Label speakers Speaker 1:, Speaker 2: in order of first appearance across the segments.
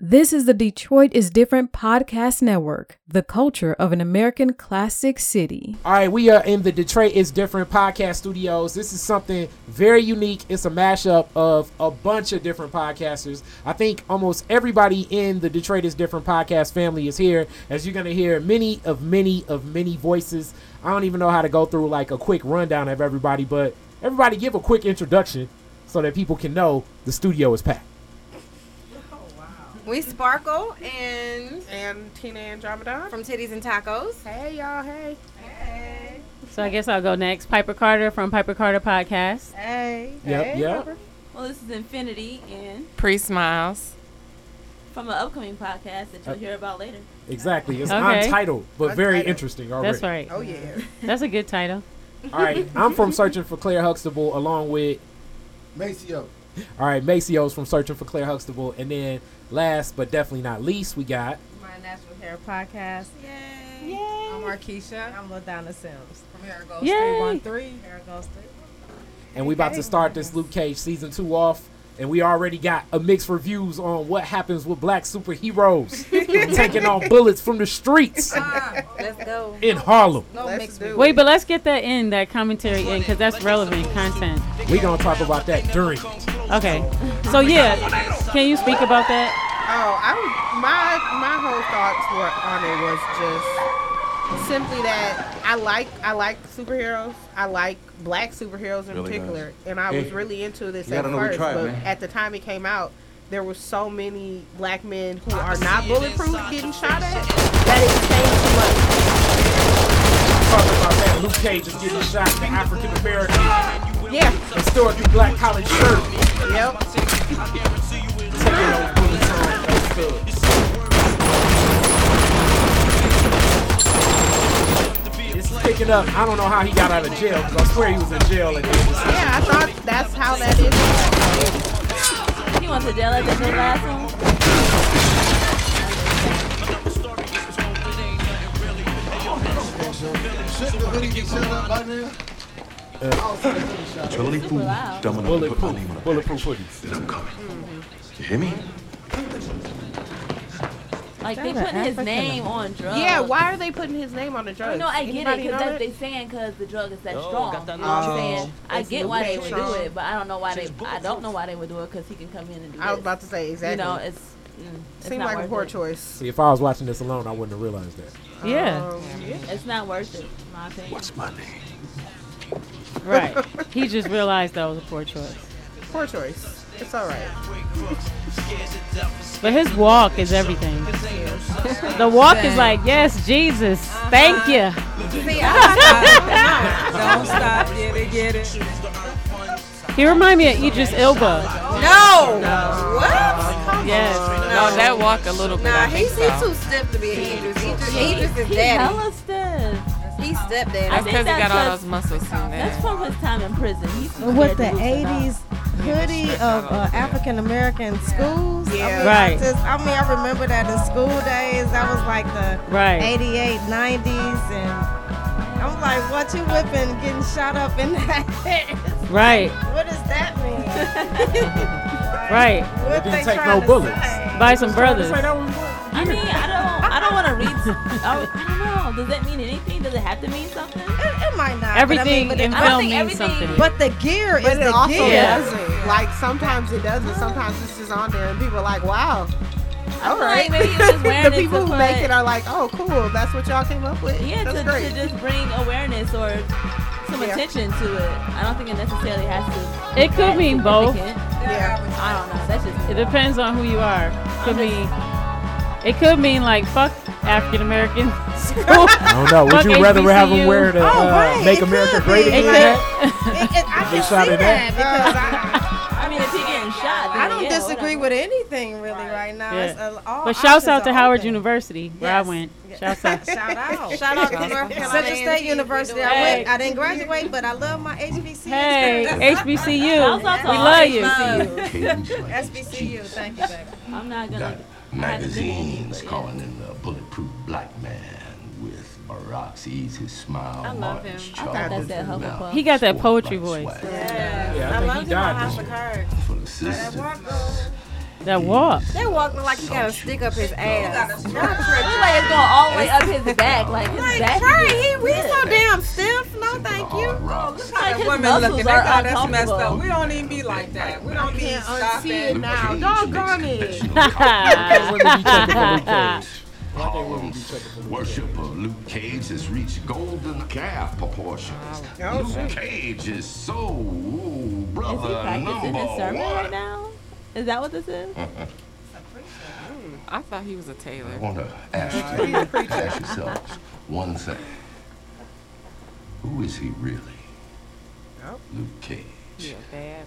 Speaker 1: This is the Detroit is Different podcast network, the culture of an American classic city.
Speaker 2: All right, we are in the Detroit is Different podcast studios. This is something very unique. It's a mashup of a bunch of different podcasters. I think almost everybody in the Detroit is Different podcast family is here, as you're going to hear many of many of many voices. I don't even know how to go through like a quick rundown of everybody, but everybody give a quick introduction so that people can know the studio is packed.
Speaker 3: We Sparkle and
Speaker 4: and Tina Andromeda.
Speaker 3: from Titties and Tacos.
Speaker 4: Hey y'all, hey. Hey.
Speaker 5: So I guess I'll go next. Piper Carter from Piper Carter Podcast.
Speaker 4: Hey.
Speaker 2: Yep, yep.
Speaker 6: Well, this is Infinity, and
Speaker 4: Pre smiles.
Speaker 6: from an upcoming podcast that you'll hear about later.
Speaker 2: Exactly. It's
Speaker 5: Okay.
Speaker 2: untitled, but very
Speaker 4: Untitled.
Speaker 2: interesting already.
Speaker 5: That's right.
Speaker 4: Oh yeah.
Speaker 5: That's a good title.
Speaker 2: All right, I'm from Searching for Claire Huxtable, along with
Speaker 7: Maceo.
Speaker 2: all right Maceo's from Searching for Claire Huxtable, and then last but definitely not least, we got
Speaker 3: My Natural Hair Podcast. Yay.
Speaker 4: Yay.
Speaker 3: I'm Markeisha. I'm LaDonna Sims. From Hair Goes
Speaker 5: Yay.
Speaker 3: 313. Hair Goes 3.
Speaker 2: and we about to start this Luke Cage season two off, and we already got a mixed reviews on what happens with black superheroes taking on bullets from the streets
Speaker 3: Ah, Let's go.
Speaker 2: in Harlem.
Speaker 3: Go
Speaker 4: Let's
Speaker 3: mix
Speaker 4: do
Speaker 3: with
Speaker 4: it.
Speaker 5: Wait, but let's get that in, that commentary in, because that's relevant content.
Speaker 2: We gonna talk about that during.
Speaker 5: Okay. So yeah, can you speak about that?
Speaker 4: Oh, I was- my my whole thoughts were on it was just simply that I like I like superheroes. I like black superheroes in
Speaker 7: Really
Speaker 4: particular, and I was
Speaker 2: Yeah.
Speaker 4: really into this
Speaker 7: You
Speaker 4: at
Speaker 7: gotta know we
Speaker 4: first.
Speaker 7: tried,
Speaker 4: but
Speaker 7: man.
Speaker 4: at the time it came out, there were so many black men who are not bulletproof getting shot at that it became too much.
Speaker 2: Talk about that Luke Cage is getting shot, the African American,
Speaker 4: Yeah.
Speaker 2: historically black college shirt.
Speaker 4: Yep.
Speaker 2: It's picking up. I don't know how he got out of jail because I swear he was in jail at the end of the
Speaker 4: Yeah, I thought that's how that is.
Speaker 6: He wants to deal with the last one.
Speaker 7: Shouldn't the hoodie be set up by now?
Speaker 8: Bulletproof.
Speaker 6: loud.
Speaker 8: Dumb enough to put my name on
Speaker 2: bulletproof,
Speaker 8: a
Speaker 2: bulletproof hoodies.
Speaker 8: I'm coming. You hear me?
Speaker 6: Like they putting his name on drugs.
Speaker 4: Yeah, why are they putting his name on the
Speaker 6: You
Speaker 4: drugs?
Speaker 6: know, I get it
Speaker 4: Anybody
Speaker 6: because
Speaker 4: know Oh.
Speaker 6: that's
Speaker 4: that?
Speaker 6: they saying because the drug is that strong. You know what I'm saying? I
Speaker 4: It's
Speaker 6: get why they would do
Speaker 4: Lupatron.
Speaker 6: it, but I don't know why they. I don't know why they would do it because he can come in and do
Speaker 4: I was
Speaker 6: this.
Speaker 4: about to say
Speaker 6: You
Speaker 4: exactly.
Speaker 6: know, it's. Mm, it's
Speaker 4: Seemed
Speaker 6: not
Speaker 4: like a
Speaker 6: worth
Speaker 4: poor
Speaker 6: it.
Speaker 4: choice.
Speaker 2: See, if I was watching this alone, I wouldn't have realized that.
Speaker 5: Yeah.
Speaker 4: Um,
Speaker 6: It's not worth it, in my opinion.
Speaker 8: What's my name?
Speaker 5: Right. He just realized that was a poor choice.
Speaker 4: Poor choice. It's all right.
Speaker 5: But his walk is everything. The walk is like, yes, Jesus, thank you.
Speaker 3: Don't stop. Get it, get it.
Speaker 5: He remind me of Idris Elba.
Speaker 3: No. What?
Speaker 5: Yes.
Speaker 3: No, that
Speaker 4: walk a little
Speaker 3: Nah, he's, he's too stiff to be an Idris. Idris, Idris is
Speaker 6: He
Speaker 3: daddy.
Speaker 6: hella stiff.
Speaker 3: He's stepdaddy.
Speaker 6: I think
Speaker 9: Because he got all
Speaker 6: that's
Speaker 9: those muscles in there.
Speaker 6: That's from his time in prison. He's
Speaker 10: with the 80s hoodie of uh, African American schools.
Speaker 4: Yeah.
Speaker 10: I,
Speaker 5: Right.
Speaker 10: mean, just, I mean, I remember that in school days. That was like the
Speaker 5: Right.
Speaker 10: 88, 90s. And I'm like, what you whipping, getting shot up in that?
Speaker 5: Right.
Speaker 10: what does that mean?
Speaker 5: Right.
Speaker 10: What
Speaker 2: didn't
Speaker 10: they
Speaker 2: take
Speaker 10: trying
Speaker 2: no
Speaker 10: to
Speaker 2: bullets.
Speaker 10: say?
Speaker 5: By some brothers.
Speaker 2: Say that was what?
Speaker 6: I mean, I don't, I don't want to read. I, I don't know. Does that mean anything? Does it have to mean something?
Speaker 10: It, it might not.
Speaker 5: Everything
Speaker 10: But, I mean,
Speaker 5: in
Speaker 10: but, it-
Speaker 5: film
Speaker 6: think
Speaker 5: means
Speaker 6: everything-
Speaker 5: something.
Speaker 10: but the gear
Speaker 4: But
Speaker 10: is
Speaker 4: it
Speaker 10: the
Speaker 4: also
Speaker 10: gear.
Speaker 4: doesn't. Like sometimes it doesn't. Sometimes it's just on there, and people are like, "Wow."
Speaker 6: I
Speaker 4: All
Speaker 6: feel like
Speaker 4: right.
Speaker 6: maybe he was just wearing
Speaker 4: the
Speaker 6: it to
Speaker 4: people who make
Speaker 6: put-
Speaker 4: it are like, "Oh, cool. That's what y'all came up with.
Speaker 6: Yeah,
Speaker 4: that's
Speaker 6: to,
Speaker 4: great."
Speaker 6: to just bring awareness or some
Speaker 4: Yeah.
Speaker 6: attention to it. I don't think it necessarily has to.
Speaker 5: It could mean both.
Speaker 6: I
Speaker 4: yeah.
Speaker 6: don't know. That's just.
Speaker 5: It depends on who you are. Could mean it could mean like fuck African American school.
Speaker 2: I don't know. Would
Speaker 5: Fuck
Speaker 2: you rather have
Speaker 5: HBCU.
Speaker 2: him wear the
Speaker 10: Oh,
Speaker 2: uh,
Speaker 10: right,
Speaker 2: Make
Speaker 10: it
Speaker 2: America
Speaker 10: could
Speaker 2: Great
Speaker 10: be.
Speaker 5: It
Speaker 2: Again hat?
Speaker 5: could.
Speaker 10: It, it, I
Speaker 2: They
Speaker 10: can see
Speaker 2: shot it
Speaker 10: that because I,
Speaker 6: I mean, if you're getting shot, then
Speaker 10: I don't
Speaker 6: yeah,
Speaker 10: disagree
Speaker 6: whatever.
Speaker 10: with anything really right now.
Speaker 5: Yeah.
Speaker 10: It's a- all
Speaker 5: But shouts
Speaker 10: options
Speaker 5: out to
Speaker 10: are
Speaker 5: Howard
Speaker 10: open.
Speaker 5: University where I
Speaker 10: Yes.
Speaker 5: went.
Speaker 10: Yes.
Speaker 5: Shouts out.
Speaker 10: Shout out.
Speaker 3: Shout out to North Carolina.
Speaker 10: Central State
Speaker 3: A&T.
Speaker 10: University. I went. I didn't graduate, but I love my HBCU.
Speaker 5: Hey,
Speaker 10: experience.
Speaker 5: HBCU.
Speaker 6: Shouts out to
Speaker 5: We
Speaker 6: all
Speaker 5: love
Speaker 6: these
Speaker 5: you.
Speaker 6: moms.
Speaker 10: SBCU. Thank you, baby.
Speaker 6: I'm not gonna.
Speaker 8: Magazines calling him a bulletproof black man with Barack's easy smile. I
Speaker 3: love him.
Speaker 6: I thought that's that Hufflepuff.
Speaker 5: He got that poetry voice.
Speaker 2: Yeah, I think he died. this year.
Speaker 8: Full of sisters
Speaker 5: That walk.
Speaker 11: That walk look like he got a stick up his ass. Y'all
Speaker 6: It's
Speaker 11: tripping.
Speaker 6: like it's going all the way up his back, like his back.
Speaker 11: Trey,
Speaker 6: is-
Speaker 11: he we so
Speaker 6: Yeah.
Speaker 11: damn stiff. No, thank you.
Speaker 8: Hard rocks.
Speaker 6: Like his
Speaker 9: women
Speaker 6: muscles
Speaker 9: looking.
Speaker 6: are
Speaker 9: That got us messed
Speaker 6: uncomfortable.
Speaker 9: up. We don't even be like that. We don't be
Speaker 4: can't
Speaker 9: stopping.
Speaker 4: unsee it
Speaker 8: Luke
Speaker 4: now.
Speaker 8: Cage
Speaker 4: Doggone
Speaker 8: makes
Speaker 4: it.
Speaker 8: confessional outcry.
Speaker 2: Women be checking for Luke Cage.
Speaker 8: Harlem's worship of Luke Cage has reached golden calf proportions.
Speaker 4: Oh, shit.
Speaker 8: Luke Cage is so
Speaker 6: Is he
Speaker 8: brother
Speaker 6: practicing
Speaker 8: number
Speaker 6: his sermon right
Speaker 8: one.
Speaker 6: now? Is that what this is?
Speaker 8: Mm.
Speaker 9: I thought he was a tailor.
Speaker 8: I want to ask you, ask yourselves one thing. Who is he really? Luke Cage.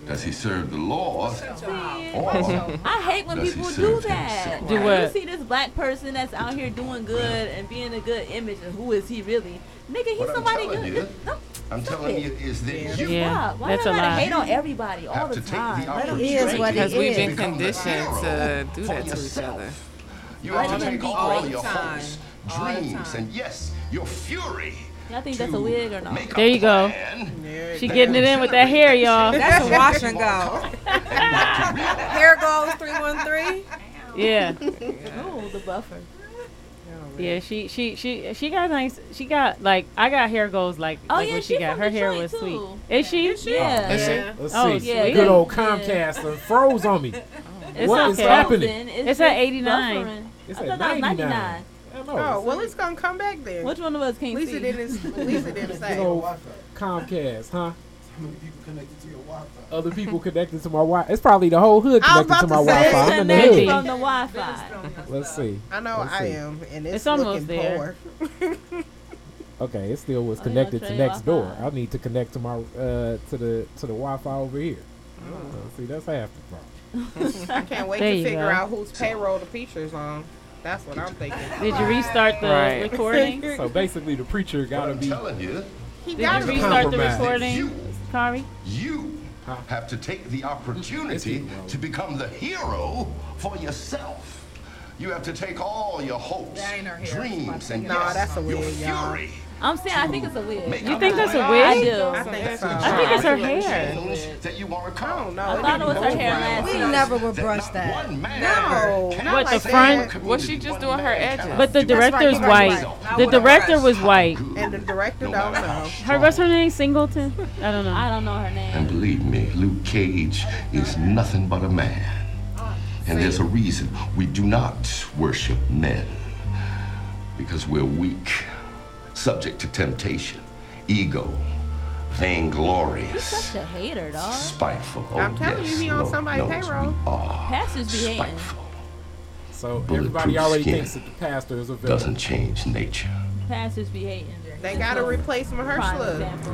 Speaker 8: Does he serve the Lord? Or
Speaker 6: I hate when
Speaker 8: Oh. Does he
Speaker 6: people do
Speaker 8: serve
Speaker 6: that.
Speaker 8: himself?
Speaker 5: Do
Speaker 6: Like, You
Speaker 5: what?
Speaker 6: see this black person that's out here doing good and being a good image, and who is he really? Nigga, he's
Speaker 8: What I'm
Speaker 6: somebody
Speaker 8: telling
Speaker 6: good.
Speaker 8: you,
Speaker 6: This- no,
Speaker 8: I'm telling you, is that you
Speaker 5: Yeah,
Speaker 6: stop. Why
Speaker 5: that's a
Speaker 6: everybody
Speaker 5: lie.
Speaker 6: hate on everybody all
Speaker 8: have to
Speaker 6: the
Speaker 8: take the
Speaker 6: time? Let 'em-
Speaker 8: opportunity
Speaker 12: He is what he
Speaker 9: Because we've been
Speaker 12: is.
Speaker 8: become the
Speaker 9: conditioned
Speaker 8: hero
Speaker 9: to do that
Speaker 8: for
Speaker 9: to each
Speaker 8: yourself.
Speaker 9: other.
Speaker 8: You have
Speaker 6: Let
Speaker 8: to
Speaker 6: him
Speaker 8: take
Speaker 6: be
Speaker 8: all
Speaker 6: great.
Speaker 8: your
Speaker 9: Time.
Speaker 8: hopes,
Speaker 9: All the
Speaker 8: dreams,
Speaker 9: time.
Speaker 8: and yes, your fury.
Speaker 6: Y'all think that's
Speaker 8: to
Speaker 6: a wig or not?
Speaker 8: make a
Speaker 5: There you go.
Speaker 8: plan
Speaker 5: She getting it in with that hair, y'all.
Speaker 9: That's a wash and go.
Speaker 11: Hair goes three one three.
Speaker 5: Yeah,
Speaker 6: Ooh, the buffer.
Speaker 5: yeah. She, she, she, she got nice. She got like I got hair goals like,
Speaker 6: Oh,
Speaker 5: like
Speaker 6: yeah,
Speaker 5: what
Speaker 6: she
Speaker 5: she got.
Speaker 6: from
Speaker 5: Her hair
Speaker 6: Detroit,
Speaker 5: was sweet.
Speaker 6: too.
Speaker 5: Is she?
Speaker 6: Yeah.
Speaker 2: Let's
Speaker 11: Yeah.
Speaker 2: see. Let's
Speaker 5: Oh,
Speaker 2: see.
Speaker 5: yeah,
Speaker 2: Good
Speaker 6: yeah.
Speaker 2: old Comcast done froze on me.
Speaker 5: It's
Speaker 2: What is
Speaker 5: okay.
Speaker 2: happening?
Speaker 5: It's at
Speaker 6: just
Speaker 5: 89.
Speaker 6: buffering.
Speaker 2: It's
Speaker 6: I
Speaker 2: at
Speaker 6: thought that was
Speaker 2: 99.
Speaker 6: 99.
Speaker 2: I
Speaker 4: Oh,
Speaker 2: know.
Speaker 4: well, it's gonna come back then.
Speaker 6: Which one of us can't
Speaker 4: Lisa
Speaker 6: see?
Speaker 4: didn't. Lisa didn't
Speaker 2: Good
Speaker 4: say.
Speaker 2: old Comcast, huh?
Speaker 13: How many people connected to your Wi-Fi?
Speaker 2: Other people connected to my Wi-Fi. It's probably the whole hood
Speaker 4: I was
Speaker 2: connected to my
Speaker 4: about to say,
Speaker 2: Wi-Fi. I'm in the
Speaker 5: maybe.
Speaker 6: Connected
Speaker 2: hood.
Speaker 6: from the Wi-Fi.
Speaker 2: Let's see.
Speaker 4: I know
Speaker 2: Let's
Speaker 4: I
Speaker 2: see.
Speaker 4: am, and it's,
Speaker 5: It's almost
Speaker 4: looking
Speaker 5: there.
Speaker 4: poor.
Speaker 2: Okay, it still was
Speaker 6: Oh, you don't
Speaker 2: connected to
Speaker 6: trade
Speaker 2: next door.
Speaker 6: Wi-Fi.
Speaker 2: I need to connect to my uh to the to the Wi-Fi over here.
Speaker 5: Oh.
Speaker 2: Uh, see, that's half the problem.
Speaker 4: I can't wait
Speaker 5: There
Speaker 4: to
Speaker 5: you
Speaker 4: figure
Speaker 5: go.
Speaker 4: out whose payroll the preacher's on. That's what I'm thinking.
Speaker 5: Did you restart the
Speaker 9: Right.
Speaker 5: recording?
Speaker 2: So basically, the preacher
Speaker 8: What
Speaker 2: gotta
Speaker 8: I'm
Speaker 2: be.
Speaker 8: telling you,
Speaker 4: He
Speaker 5: Did you
Speaker 4: got it.
Speaker 5: restart the
Speaker 2: Compromise.
Speaker 5: recording,
Speaker 8: you,
Speaker 5: Kari?
Speaker 8: you
Speaker 2: Huh?
Speaker 8: have to take the opportunity
Speaker 2: It's-
Speaker 8: to become the hero for yourself. You have to take all your hopes,
Speaker 9: That ain't her hair.
Speaker 8: dreams, and
Speaker 4: Nah,
Speaker 8: yes,
Speaker 4: that's a
Speaker 8: your
Speaker 4: wig, y'all.
Speaker 8: fury.
Speaker 6: I'm saying I think it's a wig.
Speaker 8: You
Speaker 5: think that's a
Speaker 6: I
Speaker 5: wig?
Speaker 6: do.
Speaker 4: I think so.
Speaker 5: I think it's her hair.
Speaker 8: That you want to
Speaker 4: I
Speaker 8: come.
Speaker 4: don't know.
Speaker 6: I thought it was her hair last
Speaker 11: We
Speaker 6: week.
Speaker 11: never would brush that.
Speaker 4: No, not
Speaker 5: What, the
Speaker 4: like
Speaker 5: front?
Speaker 4: that.
Speaker 9: Was she just doing her edges?
Speaker 5: But the director
Speaker 4: right,
Speaker 5: is
Speaker 4: right,
Speaker 8: right.
Speaker 5: white. The director was white.
Speaker 4: And the director don't know.
Speaker 5: Her what's her name? Singleton? I don't know.
Speaker 6: I don't know her
Speaker 8: And
Speaker 6: name.
Speaker 8: believe me, Luke Cage is nothing but a man. And there's a reason we do not worship men. Because we're weak, subject to temptation, ego, vainglorious,
Speaker 6: Such a hater, dog.
Speaker 8: spiteful. Oh,
Speaker 4: I'm telling you,
Speaker 8: yes,
Speaker 4: he on
Speaker 8: Lord
Speaker 4: somebody's
Speaker 8: knows
Speaker 4: payroll.
Speaker 8: We are
Speaker 6: Pastors be hating.
Speaker 8: spiteful.
Speaker 2: So
Speaker 8: Bulletproof
Speaker 2: everybody already
Speaker 8: skin.
Speaker 2: thinks that the pastor is a villain.
Speaker 8: Doesn't change nature.
Speaker 6: Pastors be hating.
Speaker 4: They gotta replace
Speaker 6: Prime
Speaker 4: Mahershala.
Speaker 6: example.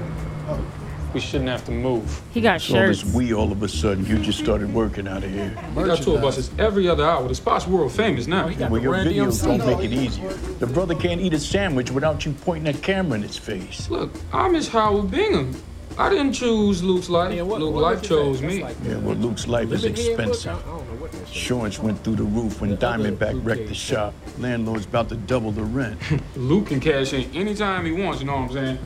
Speaker 14: We shouldn't have to move.
Speaker 5: He got shirts.
Speaker 13: we all of a sudden, you just started working out of here.
Speaker 14: We got tour buses every other hour. The spot's world famous now.
Speaker 2: He got
Speaker 13: Well,
Speaker 2: the
Speaker 13: your
Speaker 2: Run
Speaker 13: videos
Speaker 2: DMC.
Speaker 13: don't make it easier. The brother can't eat a sandwich without you pointing a camera in his face.
Speaker 14: Look, I miss Howard Bingham. I didn't choose Luke's life.
Speaker 2: Man, what-
Speaker 14: Luke
Speaker 2: what
Speaker 14: life
Speaker 2: was his name?
Speaker 14: chose
Speaker 2: That's
Speaker 14: me.
Speaker 2: like
Speaker 13: Yeah, well, Luke's life is
Speaker 2: Lemonhead book?
Speaker 13: expensive.
Speaker 2: I don't know what that shit is.
Speaker 13: Insurance went through the roof when
Speaker 2: other
Speaker 13: Diamondback
Speaker 2: Luke
Speaker 13: wrecked the
Speaker 2: Cage.
Speaker 13: shop. Landlord's about to double the rent.
Speaker 14: Luke can cash in anytime he wants, you know what I'm saying?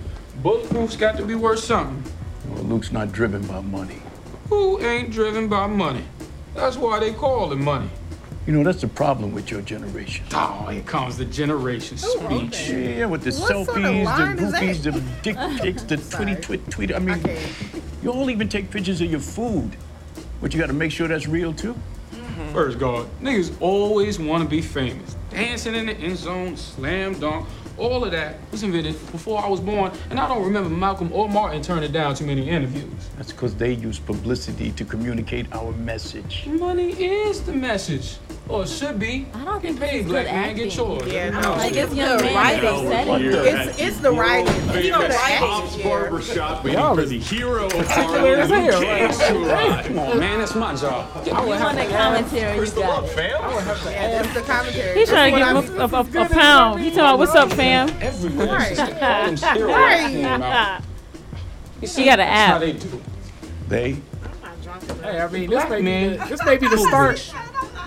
Speaker 14: Bulletproof's got to be worth something.
Speaker 13: Well, Luke's not driven by money.
Speaker 14: Who ain't driven by money? That's why they call it money.
Speaker 13: You know, that's the problem with your generation.
Speaker 14: Oh, here comes the generation speech.
Speaker 13: Yeah, with the
Speaker 4: What sort of
Speaker 13: selfies,
Speaker 4: line
Speaker 13: the
Speaker 4: is that?
Speaker 13: groupies, the dick pics, the
Speaker 4: Sorry.
Speaker 13: twitty twit tweet. I mean,
Speaker 4: Okay.
Speaker 13: you all even take pictures of your food, but you got to make sure that's real too.
Speaker 14: First guard, niggas always want to be famous. Dancing in the end zone, slam dunk, all of that was invented before I was born, and I don't remember Malcolm or Martin turning down too many interviews.
Speaker 13: That's because they use publicity to communicate our message.
Speaker 14: Money is the message, or it should be.
Speaker 6: I don't
Speaker 14: Get
Speaker 6: think this
Speaker 14: paid,
Speaker 6: is
Speaker 14: black
Speaker 6: good
Speaker 14: man, get
Speaker 6: acting.
Speaker 14: yours.
Speaker 4: Yeah,
Speaker 14: Everything
Speaker 4: no.
Speaker 14: else.
Speaker 6: Like this young man
Speaker 4: writing.
Speaker 6: is upsetting.
Speaker 4: It's it's the writing. You know the acting here.
Speaker 14: Barbershop
Speaker 2: Y'all is
Speaker 14: hero of
Speaker 2: particular as hell. Like,
Speaker 14: Come on, man, that's my job. Get
Speaker 6: You want the commentary, you got it.
Speaker 4: Yeah, that's the commentary.
Speaker 5: He's trying to
Speaker 4: That's
Speaker 5: give
Speaker 4: what
Speaker 5: him a, a, a pound. He talking about, what's up, fam?
Speaker 14: everywhere. It's just all them
Speaker 4: Right.
Speaker 14: steroids came out.
Speaker 5: She got an
Speaker 14: That's how
Speaker 5: app.
Speaker 14: they do. it.
Speaker 13: They?
Speaker 2: Hey, I mean, this
Speaker 14: Black
Speaker 2: may, be
Speaker 14: man.
Speaker 2: the, this may be the start.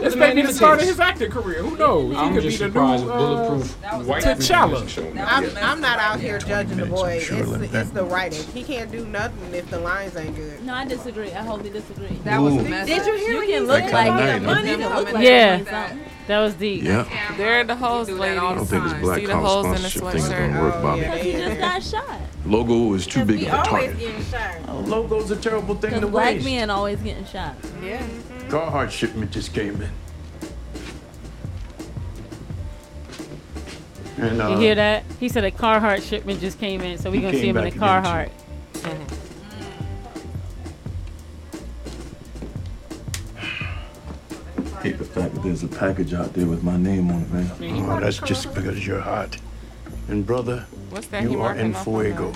Speaker 2: This
Speaker 14: The
Speaker 2: may
Speaker 14: man
Speaker 2: be
Speaker 14: is
Speaker 2: the
Speaker 14: a
Speaker 2: start of
Speaker 14: genius.
Speaker 2: his acting career. Who knows?
Speaker 14: I'm
Speaker 2: he could
Speaker 14: just
Speaker 2: be the
Speaker 14: surprised
Speaker 2: new
Speaker 14: at
Speaker 2: uh,
Speaker 14: bulletproof white
Speaker 2: T'Challa.
Speaker 4: I'm, I'm not out here judging the boy. It's, it's the writing. He can't do nothing if the lines ain't good.
Speaker 6: No, I disagree. I wholly disagree.
Speaker 4: That was the Ooh. message.
Speaker 6: Did you hear
Speaker 4: You
Speaker 6: what
Speaker 4: can look
Speaker 6: he said?
Speaker 4: like
Speaker 6: Like,
Speaker 4: that.
Speaker 6: the money
Speaker 4: You
Speaker 6: to
Speaker 4: can
Speaker 6: look
Speaker 4: look
Speaker 6: like
Speaker 5: Yeah.
Speaker 6: that.
Speaker 5: That was deep.
Speaker 15: Yeah.
Speaker 9: They're the hoes, ladies.
Speaker 15: I don't think this
Speaker 9: See
Speaker 15: black
Speaker 9: the
Speaker 15: collar
Speaker 9: holes in the
Speaker 15: sponsorship thing is
Speaker 9: sweatshirt.
Speaker 15: gonna work, Bobby.
Speaker 6: He just got shot.
Speaker 15: Logo is too big of a target.
Speaker 6: getting shot.
Speaker 13: Uh,
Speaker 15: Oh, logo's a terrible thing to
Speaker 6: Because black
Speaker 15: waste.
Speaker 6: men always getting shot. Yeah.
Speaker 15: Carhartt shipment just came in. And, uh,
Speaker 5: You hear that? He said a Carhartt shipment just came in, so we
Speaker 15: He
Speaker 5: gonna see
Speaker 15: came
Speaker 5: him in a
Speaker 15: back again,
Speaker 5: Carhartt.
Speaker 16: Hate the fact that there's a package out there with my name on it, man.
Speaker 13: Oh, that's just because you're hot.
Speaker 16: And brother,
Speaker 9: What's that he
Speaker 16: you are
Speaker 9: marking
Speaker 16: in
Speaker 9: up on
Speaker 16: fuego.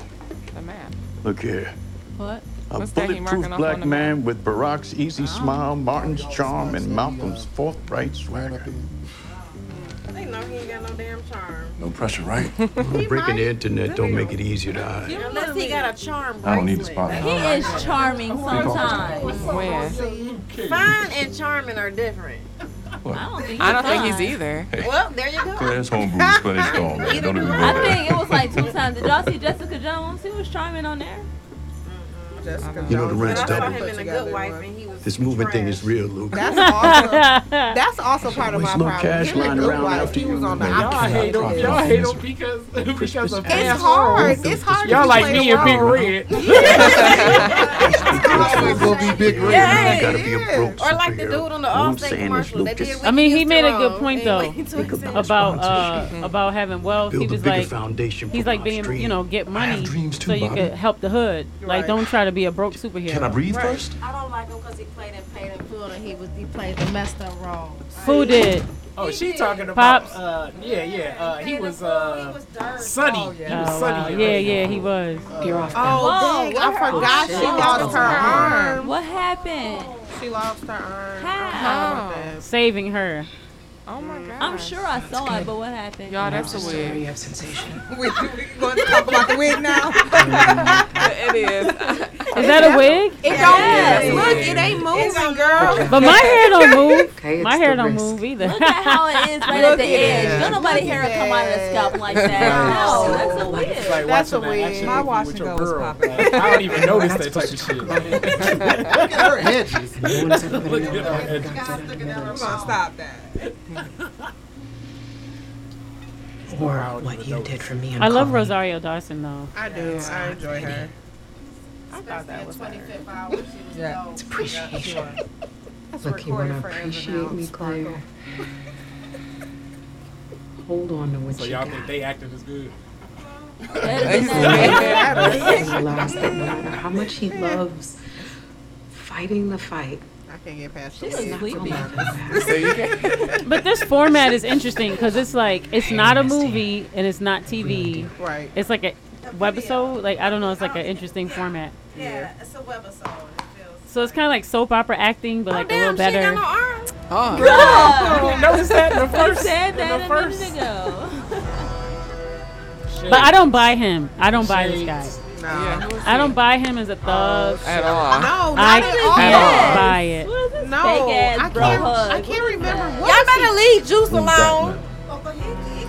Speaker 9: the, the map?
Speaker 16: Look here.
Speaker 6: What?
Speaker 16: A
Speaker 9: What's that he marking
Speaker 16: bulletproof
Speaker 9: up on
Speaker 16: black
Speaker 9: the map? Oh,
Speaker 16: man with Barack's easy smile, Martin's charm, and Malcolm's forthright swagger.
Speaker 12: They know he ain't got no damn charm.
Speaker 16: No pressure, right? Breaking the internet don't make it easier to hide.
Speaker 12: Unless he got a charm.
Speaker 16: I don't need the
Speaker 12: bracelet.
Speaker 16: spotlight.
Speaker 6: He is charming sometimes.
Speaker 9: Where?
Speaker 12: Fine and charming are different.
Speaker 9: I don't think he's either.
Speaker 12: Well, there you go.
Speaker 15: Yeah, that's homebrew is plenty strong, man. Don't even go
Speaker 6: I
Speaker 15: there.
Speaker 6: think it was like two times. Did y'all see Jessica Jones? He was charming on there.
Speaker 16: You know the rent's
Speaker 12: But I saw
Speaker 16: double.
Speaker 12: him in a good wife, and he was.
Speaker 16: This movement thing is real, Luke.
Speaker 4: That's also that's also part of my
Speaker 16: Always little
Speaker 4: problem.
Speaker 16: cash
Speaker 4: Him and
Speaker 16: lying
Speaker 4: Good
Speaker 16: around
Speaker 4: Wife,
Speaker 16: after
Speaker 4: he
Speaker 16: you,
Speaker 4: was on the
Speaker 16: man.
Speaker 4: opposite
Speaker 2: Y'all
Speaker 4: end.
Speaker 2: hate him. Y'all hate him because because of
Speaker 4: It's hard. It's hard.
Speaker 2: Y'all
Speaker 4: to
Speaker 2: like
Speaker 4: play
Speaker 2: me
Speaker 4: the
Speaker 2: and Big
Speaker 4: role.
Speaker 2: Red.
Speaker 16: gonna be big
Speaker 12: Yeah,
Speaker 16: gotta be a broke
Speaker 12: Or like the dude on the
Speaker 16: All I'm
Speaker 12: Allstate
Speaker 16: saying is,
Speaker 12: commercial that did.
Speaker 5: I mean, he made a good
Speaker 12: Wrong.
Speaker 5: point though about uh, about having wealth. He
Speaker 16: Build a
Speaker 5: was
Speaker 16: bigger
Speaker 5: like,
Speaker 16: foundation for
Speaker 5: he's like
Speaker 16: my
Speaker 5: being, you
Speaker 16: dream.
Speaker 5: know, get money
Speaker 16: dreams
Speaker 5: so
Speaker 16: too,
Speaker 5: you
Speaker 16: Bobby.
Speaker 5: could help the hood. Like, don't try to be a broke superhero.
Speaker 16: Can I breathe Right. first?
Speaker 12: I don't like him because he played in paid in full, and he was he played the messed up role.
Speaker 5: Who did?
Speaker 2: Oh, she talking about
Speaker 5: Pops?
Speaker 2: uh, yeah, yeah. Uh, he was uh, Sunny. He was
Speaker 5: Oh, wow.
Speaker 2: Sunny.
Speaker 5: Yeah, yeah, he was.
Speaker 4: Oh,
Speaker 6: Whoa,
Speaker 4: dang,
Speaker 6: what
Speaker 4: I
Speaker 6: her-
Speaker 4: forgot she
Speaker 6: oh, shit.
Speaker 4: lost her arm.
Speaker 6: What happened?
Speaker 4: She lost her arm.
Speaker 6: How?
Speaker 5: Saving her.
Speaker 9: Oh my god.
Speaker 6: I'm sure I saw it, but what happened?
Speaker 9: Y'all, that's a wig. You have sensation. we going
Speaker 4: to talk about the wig now.
Speaker 9: it is.
Speaker 5: Is that a wig?
Speaker 4: It don't look. It ain't moving, girl.
Speaker 5: But my hair don't move.
Speaker 4: Okay,
Speaker 5: my
Speaker 4: it's
Speaker 5: hair
Speaker 4: the
Speaker 5: don't
Speaker 4: risk.
Speaker 5: move either.
Speaker 6: Look at how it is right at
Speaker 4: Look
Speaker 6: the
Speaker 4: at
Speaker 6: edge.
Speaker 4: that.
Speaker 6: Don't nobody
Speaker 4: Look
Speaker 6: hair
Speaker 4: at
Speaker 6: come out of the scalp like that. No, that's a wig.
Speaker 2: It's like
Speaker 4: That's a
Speaker 2: watching an
Speaker 4: wig.
Speaker 2: action
Speaker 4: My
Speaker 2: movie
Speaker 4: wash
Speaker 2: with
Speaker 4: and
Speaker 2: your
Speaker 4: go is
Speaker 2: girl.
Speaker 4: popping.
Speaker 2: Like, I don't even notice that type of shit. Look at her edges. Look at her edges.
Speaker 4: I'm gonna stop that.
Speaker 1: Or what you did for me. in
Speaker 5: I love
Speaker 1: college.
Speaker 5: Rosario Dawson though.
Speaker 4: I do. I enjoy her. I thought that was funny. Yeah, it's
Speaker 1: appreciation. Look, you want to appreciate me, Claire? Hold on to what
Speaker 2: So
Speaker 1: you
Speaker 2: y'all
Speaker 1: got.
Speaker 2: think they acting as good?
Speaker 1: Realize that no matter how much he loves fighting the fight,
Speaker 4: I can't get past.
Speaker 1: it's not gonna matter.
Speaker 5: But this format is interesting because it's like it's not a movie and it's not TV.
Speaker 4: Right.
Speaker 5: It's like a webisode. Like I don't know. It's like an interesting format.
Speaker 12: Yeah, it's a webisode.
Speaker 5: So it's kind of like soap opera acting, but like a little better.
Speaker 9: Oh.
Speaker 2: Girl, you didn't notice that in the
Speaker 6: You
Speaker 2: first.
Speaker 6: said
Speaker 2: in
Speaker 6: that
Speaker 2: the
Speaker 6: a
Speaker 2: first.
Speaker 6: minute ago.
Speaker 5: But I don't buy him. I don't buy this guy.
Speaker 4: No.
Speaker 5: I don't buy him as a thug.
Speaker 9: Uh, At all.
Speaker 4: No, not
Speaker 5: I
Speaker 4: at all.
Speaker 5: can't buy it.
Speaker 4: No,
Speaker 6: Fake-ass
Speaker 4: I
Speaker 6: bro
Speaker 4: can't.
Speaker 6: hug.
Speaker 4: I can't remember. What
Speaker 12: Y'all
Speaker 4: was
Speaker 12: better leave Juice alone.
Speaker 4: He,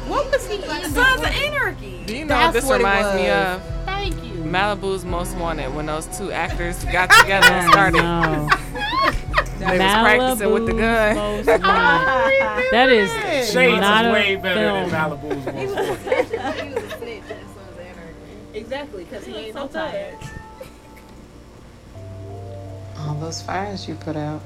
Speaker 4: what was he eating?
Speaker 12: Sons of Anarchy.
Speaker 9: Do you know
Speaker 4: That's
Speaker 9: what this
Speaker 4: what it
Speaker 9: reminds me
Speaker 4: was.
Speaker 9: of? Thank you. Malibu's Most Wanted when those two actors got together and started. They was practicing with the gun.
Speaker 5: Malibu's Most Wanted. That is
Speaker 2: Shades is
Speaker 5: not a
Speaker 2: way better
Speaker 5: film.
Speaker 2: than Malibu's Most Wanted.
Speaker 6: Exactly, because he ain't so tired.
Speaker 1: All those fires you put out,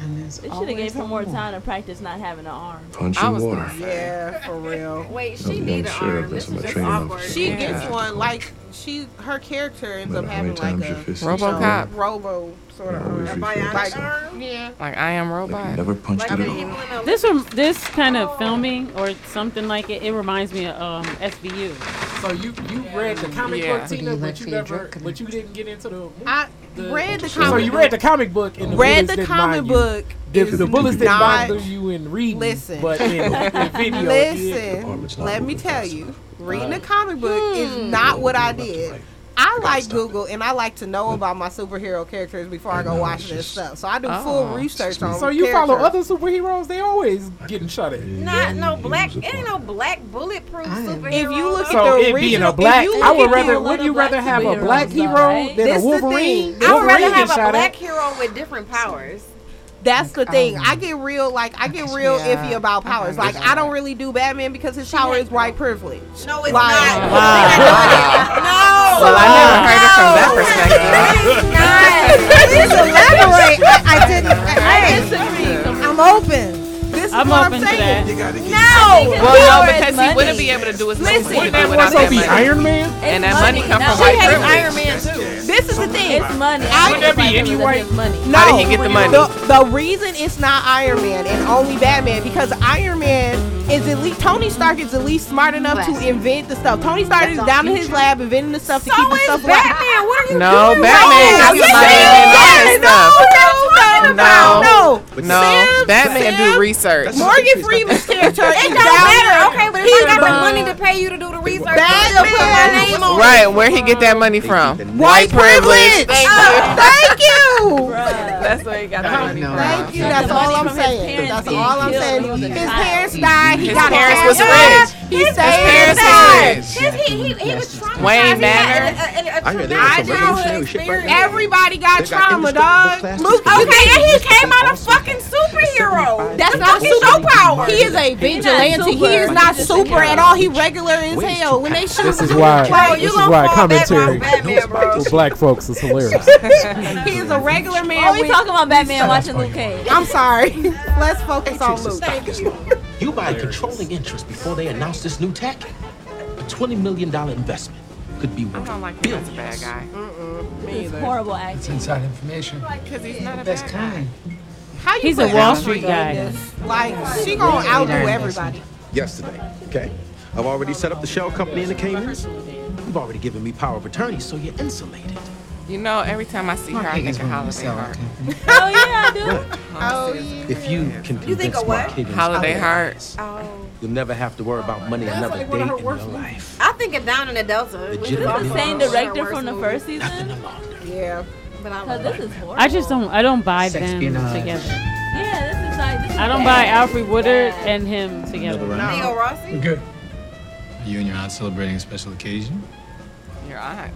Speaker 1: and there's
Speaker 6: They should have
Speaker 1: always
Speaker 6: gave her more
Speaker 1: more.
Speaker 6: time to practice not having an arm.
Speaker 15: Punch I and was water. gonna
Speaker 4: Yeah, for real.
Speaker 12: Wait,
Speaker 15: Another young sheriff that's on the train officer.
Speaker 4: She
Speaker 15: Yeah.
Speaker 4: gets one like she her character ends
Speaker 15: Matter
Speaker 4: up
Speaker 15: how many
Speaker 4: having like
Speaker 15: times your
Speaker 4: a
Speaker 15: fist is
Speaker 9: Robocop.
Speaker 15: down,
Speaker 4: robo sort of
Speaker 15: you always
Speaker 4: arm.
Speaker 15: reach for the
Speaker 4: Like,
Speaker 15: top.
Speaker 4: yeah.
Speaker 9: Like I am robot.
Speaker 15: Never punched it at all.
Speaker 5: This rem- this kind
Speaker 2: Oh.
Speaker 5: of filming or something like it, it reminds me of um, SVU.
Speaker 2: So you you read the comic
Speaker 5: Yeah.
Speaker 2: book, Tina,
Speaker 5: Would you
Speaker 2: but
Speaker 5: like
Speaker 2: you
Speaker 5: for your
Speaker 2: never,
Speaker 5: drink or
Speaker 2: but you didn't get into the. movie?
Speaker 4: I read the
Speaker 2: So
Speaker 4: comic
Speaker 2: you
Speaker 4: book.
Speaker 2: read the comic book and the
Speaker 4: Read
Speaker 2: bullets
Speaker 4: the
Speaker 2: didn't
Speaker 4: comic
Speaker 2: mind
Speaker 4: book
Speaker 2: You. The,
Speaker 4: is
Speaker 2: the bullets didn't
Speaker 4: not-
Speaker 2: bother you in reading,
Speaker 4: Listen.
Speaker 2: but in, in video, it did.
Speaker 3: Hmm.
Speaker 4: Listen, let me tell you, reading the comic book is not what I did. I like Google and I like to know about my superhero characters before I go watch this stuff. So I do full
Speaker 2: Oh.
Speaker 4: research on.
Speaker 2: So you follow
Speaker 4: characters.
Speaker 2: other superheroes? They always getting shot at.
Speaker 3: Not no black. It ain't no black bulletproof superhero.
Speaker 4: If you look
Speaker 2: So
Speaker 4: at the
Speaker 2: it being
Speaker 4: original,
Speaker 2: a black,
Speaker 4: if you
Speaker 2: I
Speaker 4: look
Speaker 2: would
Speaker 4: at the-
Speaker 2: rather. Would you rather have a black hero than
Speaker 4: This
Speaker 2: a
Speaker 4: the
Speaker 2: Wolverine?
Speaker 4: thing. I would rather
Speaker 2: Wolverine
Speaker 4: have
Speaker 2: get
Speaker 4: a
Speaker 2: shot
Speaker 4: black
Speaker 2: at.
Speaker 3: hero with different powers.
Speaker 4: That's the thing.
Speaker 3: Oh.
Speaker 4: I get real like I get real
Speaker 3: Yeah.
Speaker 4: iffy about powers. Like I don't really do Batman because his power is white privilege.
Speaker 3: No,
Speaker 4: not.
Speaker 3: it's Well,
Speaker 9: Oh,
Speaker 4: I never heard it that
Speaker 3: from
Speaker 4: perspective. Please elaborate. I, I didn't. I, am open. This is
Speaker 5: I'm
Speaker 4: what I'm
Speaker 5: open to
Speaker 4: saying.
Speaker 5: that.
Speaker 4: No.
Speaker 9: Well, no, because he wouldn't be able to do his little
Speaker 4: Listen.
Speaker 9: thing
Speaker 4: Wouldn't that
Speaker 9: without
Speaker 4: also
Speaker 9: that
Speaker 4: be
Speaker 9: money.
Speaker 4: Iron Man?
Speaker 9: And that money come from
Speaker 4: She
Speaker 9: white
Speaker 4: hates
Speaker 9: privilege.
Speaker 4: Iron Man too. This is the thing.
Speaker 6: It's money.
Speaker 4: I,
Speaker 9: Wouldn't that be anyway?
Speaker 4: no,
Speaker 9: How did he get the money?
Speaker 4: The, the reason it's not Iron Man and only Batman because Iron Man is at least Tony Stark is at least smart enough to invent the stuff. Tony Stark
Speaker 3: That's
Speaker 4: is
Speaker 3: all
Speaker 4: down in
Speaker 3: future.
Speaker 4: his lab inventing the stuff to keep the stuff alive.
Speaker 3: Batman, what are you
Speaker 9: No,
Speaker 3: doing?
Speaker 9: Batman
Speaker 3: right now?
Speaker 9: got the money
Speaker 3: Yes,
Speaker 9: and all
Speaker 3: yes,
Speaker 9: that stuff.
Speaker 3: No, no, no, no.
Speaker 9: No, no, Batman do research.
Speaker 4: Morgan Freeman's character
Speaker 3: It
Speaker 4: is down
Speaker 3: don't matter. Okay, but if I got the money to pay you to do the research, Batman. put my name on
Speaker 9: Right,
Speaker 3: it.
Speaker 9: where he get that money from?
Speaker 3: White privilege.
Speaker 9: Thank you.
Speaker 4: Thank you.
Speaker 9: That's where he got the money from.
Speaker 4: Thank you. That's all I'm saying. That's all I'm saying. His parents died. He
Speaker 9: His
Speaker 4: got a
Speaker 9: parents was
Speaker 4: haircut.
Speaker 9: rich.
Speaker 4: He saved
Speaker 9: His parents
Speaker 4: that.
Speaker 9: was
Speaker 3: His- He, he, he was traumatized.
Speaker 9: Wayne
Speaker 3: He had
Speaker 9: Manor.
Speaker 3: a- a- a- a
Speaker 9: I hear
Speaker 3: traumatic
Speaker 9: they got some revolutionary
Speaker 3: childhood
Speaker 9: shit right
Speaker 3: experience.
Speaker 9: now.
Speaker 4: Everybody got
Speaker 3: They got
Speaker 4: trauma, dog. Luke,
Speaker 3: Okay, and he came out a fucking superhero.
Speaker 4: That's
Speaker 3: That's
Speaker 4: not
Speaker 3: fucking
Speaker 4: super.
Speaker 3: superpower.
Speaker 4: He is a vigilante. He is not super at all. He regular as hell. When they shoot
Speaker 2: This
Speaker 4: him,
Speaker 2: is why.
Speaker 4: Bro, you
Speaker 2: This is
Speaker 4: gonna
Speaker 2: why
Speaker 4: fall
Speaker 2: commentary
Speaker 4: back on Batman,
Speaker 2: with black folks is hilarious.
Speaker 4: bro. he is a regular man.
Speaker 6: Why we
Speaker 4: with-
Speaker 6: talking about Batman watching Luke Cage?
Speaker 4: I'm sorry. Let's focus on Luke.
Speaker 15: You buy a controlling interest before they announce this new tech. A $20 million investment could be worth billions.
Speaker 6: This is horrible acting.
Speaker 15: inside information.
Speaker 9: Because he's not a bad guy.
Speaker 4: How you
Speaker 5: He's a
Speaker 4: put
Speaker 5: Wall
Speaker 4: Ashley
Speaker 5: Street
Speaker 4: in
Speaker 5: guy.
Speaker 4: this? Like she gonna outdo everybody.
Speaker 15: Yesterday, okay? I've already set up the shell company in the Caymans. You've already given me power of attorney, so you're insulated.
Speaker 9: You know, every time I see her, I think of Holiday Heart.
Speaker 6: Oh yeah, I do.
Speaker 4: Oh yeah.
Speaker 15: If you can
Speaker 6: You think
Speaker 15: convince
Speaker 6: of
Speaker 15: Mark
Speaker 6: what?
Speaker 15: Higgins
Speaker 9: Holiday
Speaker 15: otherwise,
Speaker 3: Oh.
Speaker 15: you'll never have to worry about money another
Speaker 3: like one
Speaker 15: day
Speaker 3: of
Speaker 15: in
Speaker 3: her
Speaker 15: your life.
Speaker 3: I think of Down in the Delta.
Speaker 15: Legitimate
Speaker 3: which is
Speaker 15: This
Speaker 3: also
Speaker 15: is the
Speaker 6: Same
Speaker 3: one of her
Speaker 6: director
Speaker 3: worst
Speaker 6: from the
Speaker 3: movies.
Speaker 6: first season.
Speaker 4: Yeah.
Speaker 3: But I love
Speaker 6: this
Speaker 3: it.
Speaker 6: is horrible.
Speaker 5: I just don't. I don't buy them
Speaker 6: Espionage.
Speaker 5: together.
Speaker 6: Yeah, this is like. This is
Speaker 5: I don't buy
Speaker 6: bad.
Speaker 5: Alfred Woodard and him together.
Speaker 3: Leo Rossi.
Speaker 14: Good. Are you and your aunt celebrating a special occasion?
Speaker 9: Your aunt.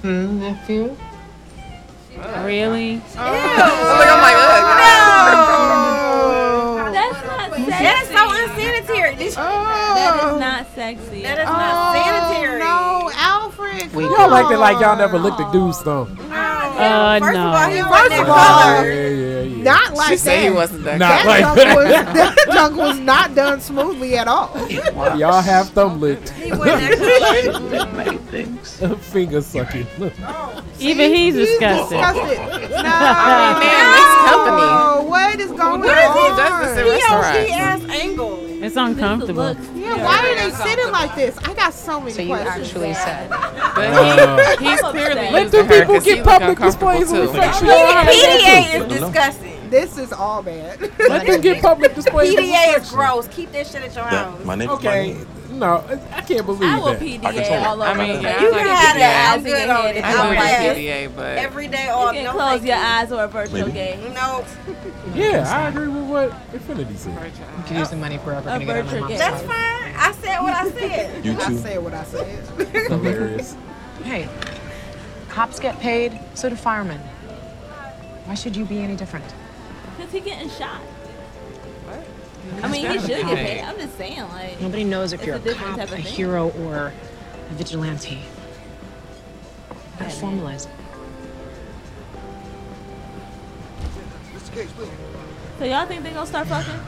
Speaker 14: Hmm, nephew.
Speaker 5: Really?
Speaker 2: Oh.
Speaker 6: That's not sexy.
Speaker 3: That's so unsanitary. This,
Speaker 4: Oh.
Speaker 6: That is not sexy.
Speaker 3: That is not sanitary.
Speaker 4: No, Alfred.
Speaker 2: Y'all like that like y'all never licked a dude's thumb.
Speaker 5: Uh,
Speaker 3: First of
Speaker 5: no.
Speaker 3: all, he
Speaker 4: First
Speaker 3: wasn't
Speaker 4: of
Speaker 3: that
Speaker 4: all,
Speaker 3: color.
Speaker 2: Yeah, yeah, yeah.
Speaker 4: Not like
Speaker 9: She
Speaker 4: that.
Speaker 9: said he wasn't that
Speaker 2: Not
Speaker 4: That
Speaker 2: like
Speaker 4: junk
Speaker 2: that.
Speaker 4: was that junk was not done smoothly at all.
Speaker 2: Y'all have thumb licked.
Speaker 4: He wasn't that
Speaker 2: Finger sucking.
Speaker 5: Even he's disgusted.
Speaker 4: Disgusted. No,
Speaker 5: I mean, man,
Speaker 9: mixed company.
Speaker 4: No, what is going
Speaker 9: What is he
Speaker 4: on?
Speaker 9: does this in
Speaker 4: He
Speaker 9: restaurants?
Speaker 4: OG ass angle.
Speaker 5: It's uncomfortable.
Speaker 4: Yeah, why are they sitting like this? I got so many questions.
Speaker 11: said.
Speaker 9: But he, he's clearly
Speaker 4: Let
Speaker 9: using
Speaker 4: them
Speaker 9: her
Speaker 4: people
Speaker 9: 'cause
Speaker 4: get
Speaker 9: he
Speaker 4: public
Speaker 9: look uncomfortable
Speaker 4: displays of
Speaker 9: too.
Speaker 4: reflection.
Speaker 3: PDA is disgusting.
Speaker 4: This is all bad.
Speaker 2: Let them get public displays.
Speaker 3: PDA is gross. Keep that shit at your house.
Speaker 2: My name okay. No, I can't believe
Speaker 3: I will
Speaker 2: that.
Speaker 3: PDA I can tell you. all
Speaker 9: I mean, yeah,
Speaker 3: You can
Speaker 9: I like
Speaker 3: have
Speaker 9: PDA.
Speaker 3: that. I'm
Speaker 6: Yeah.
Speaker 3: good on it.
Speaker 9: I
Speaker 3: I'm
Speaker 9: like
Speaker 3: glad.
Speaker 9: PDA, but
Speaker 3: Every day oh, off.
Speaker 6: You
Speaker 3: No,
Speaker 6: can close
Speaker 3: thank
Speaker 6: your
Speaker 3: you.
Speaker 6: eyes or a virtual
Speaker 2: Maybe.
Speaker 6: gay.
Speaker 3: No.
Speaker 2: Yeah, I agree with what Infinity said.
Speaker 14: We could use the money forever.
Speaker 6: A
Speaker 14: Gonna get on my
Speaker 6: virtual
Speaker 14: mom's
Speaker 6: gay.
Speaker 3: That's fine. I said what I said.
Speaker 14: You
Speaker 4: I
Speaker 14: too.
Speaker 4: said what I said.
Speaker 2: Hilarious.
Speaker 11: Hey, cops get paid, so do firemen. Why should you be any different?
Speaker 6: Cause he getting shot. I mean, he should get paid. I'm just saying, like.
Speaker 11: Nobody knows if
Speaker 6: it's
Speaker 11: you're a,
Speaker 6: different
Speaker 11: cop,
Speaker 6: type
Speaker 11: a
Speaker 6: of thing.
Speaker 11: hero, or a vigilante. Gotta formalize it.
Speaker 6: So y'all think they gonna start fucking?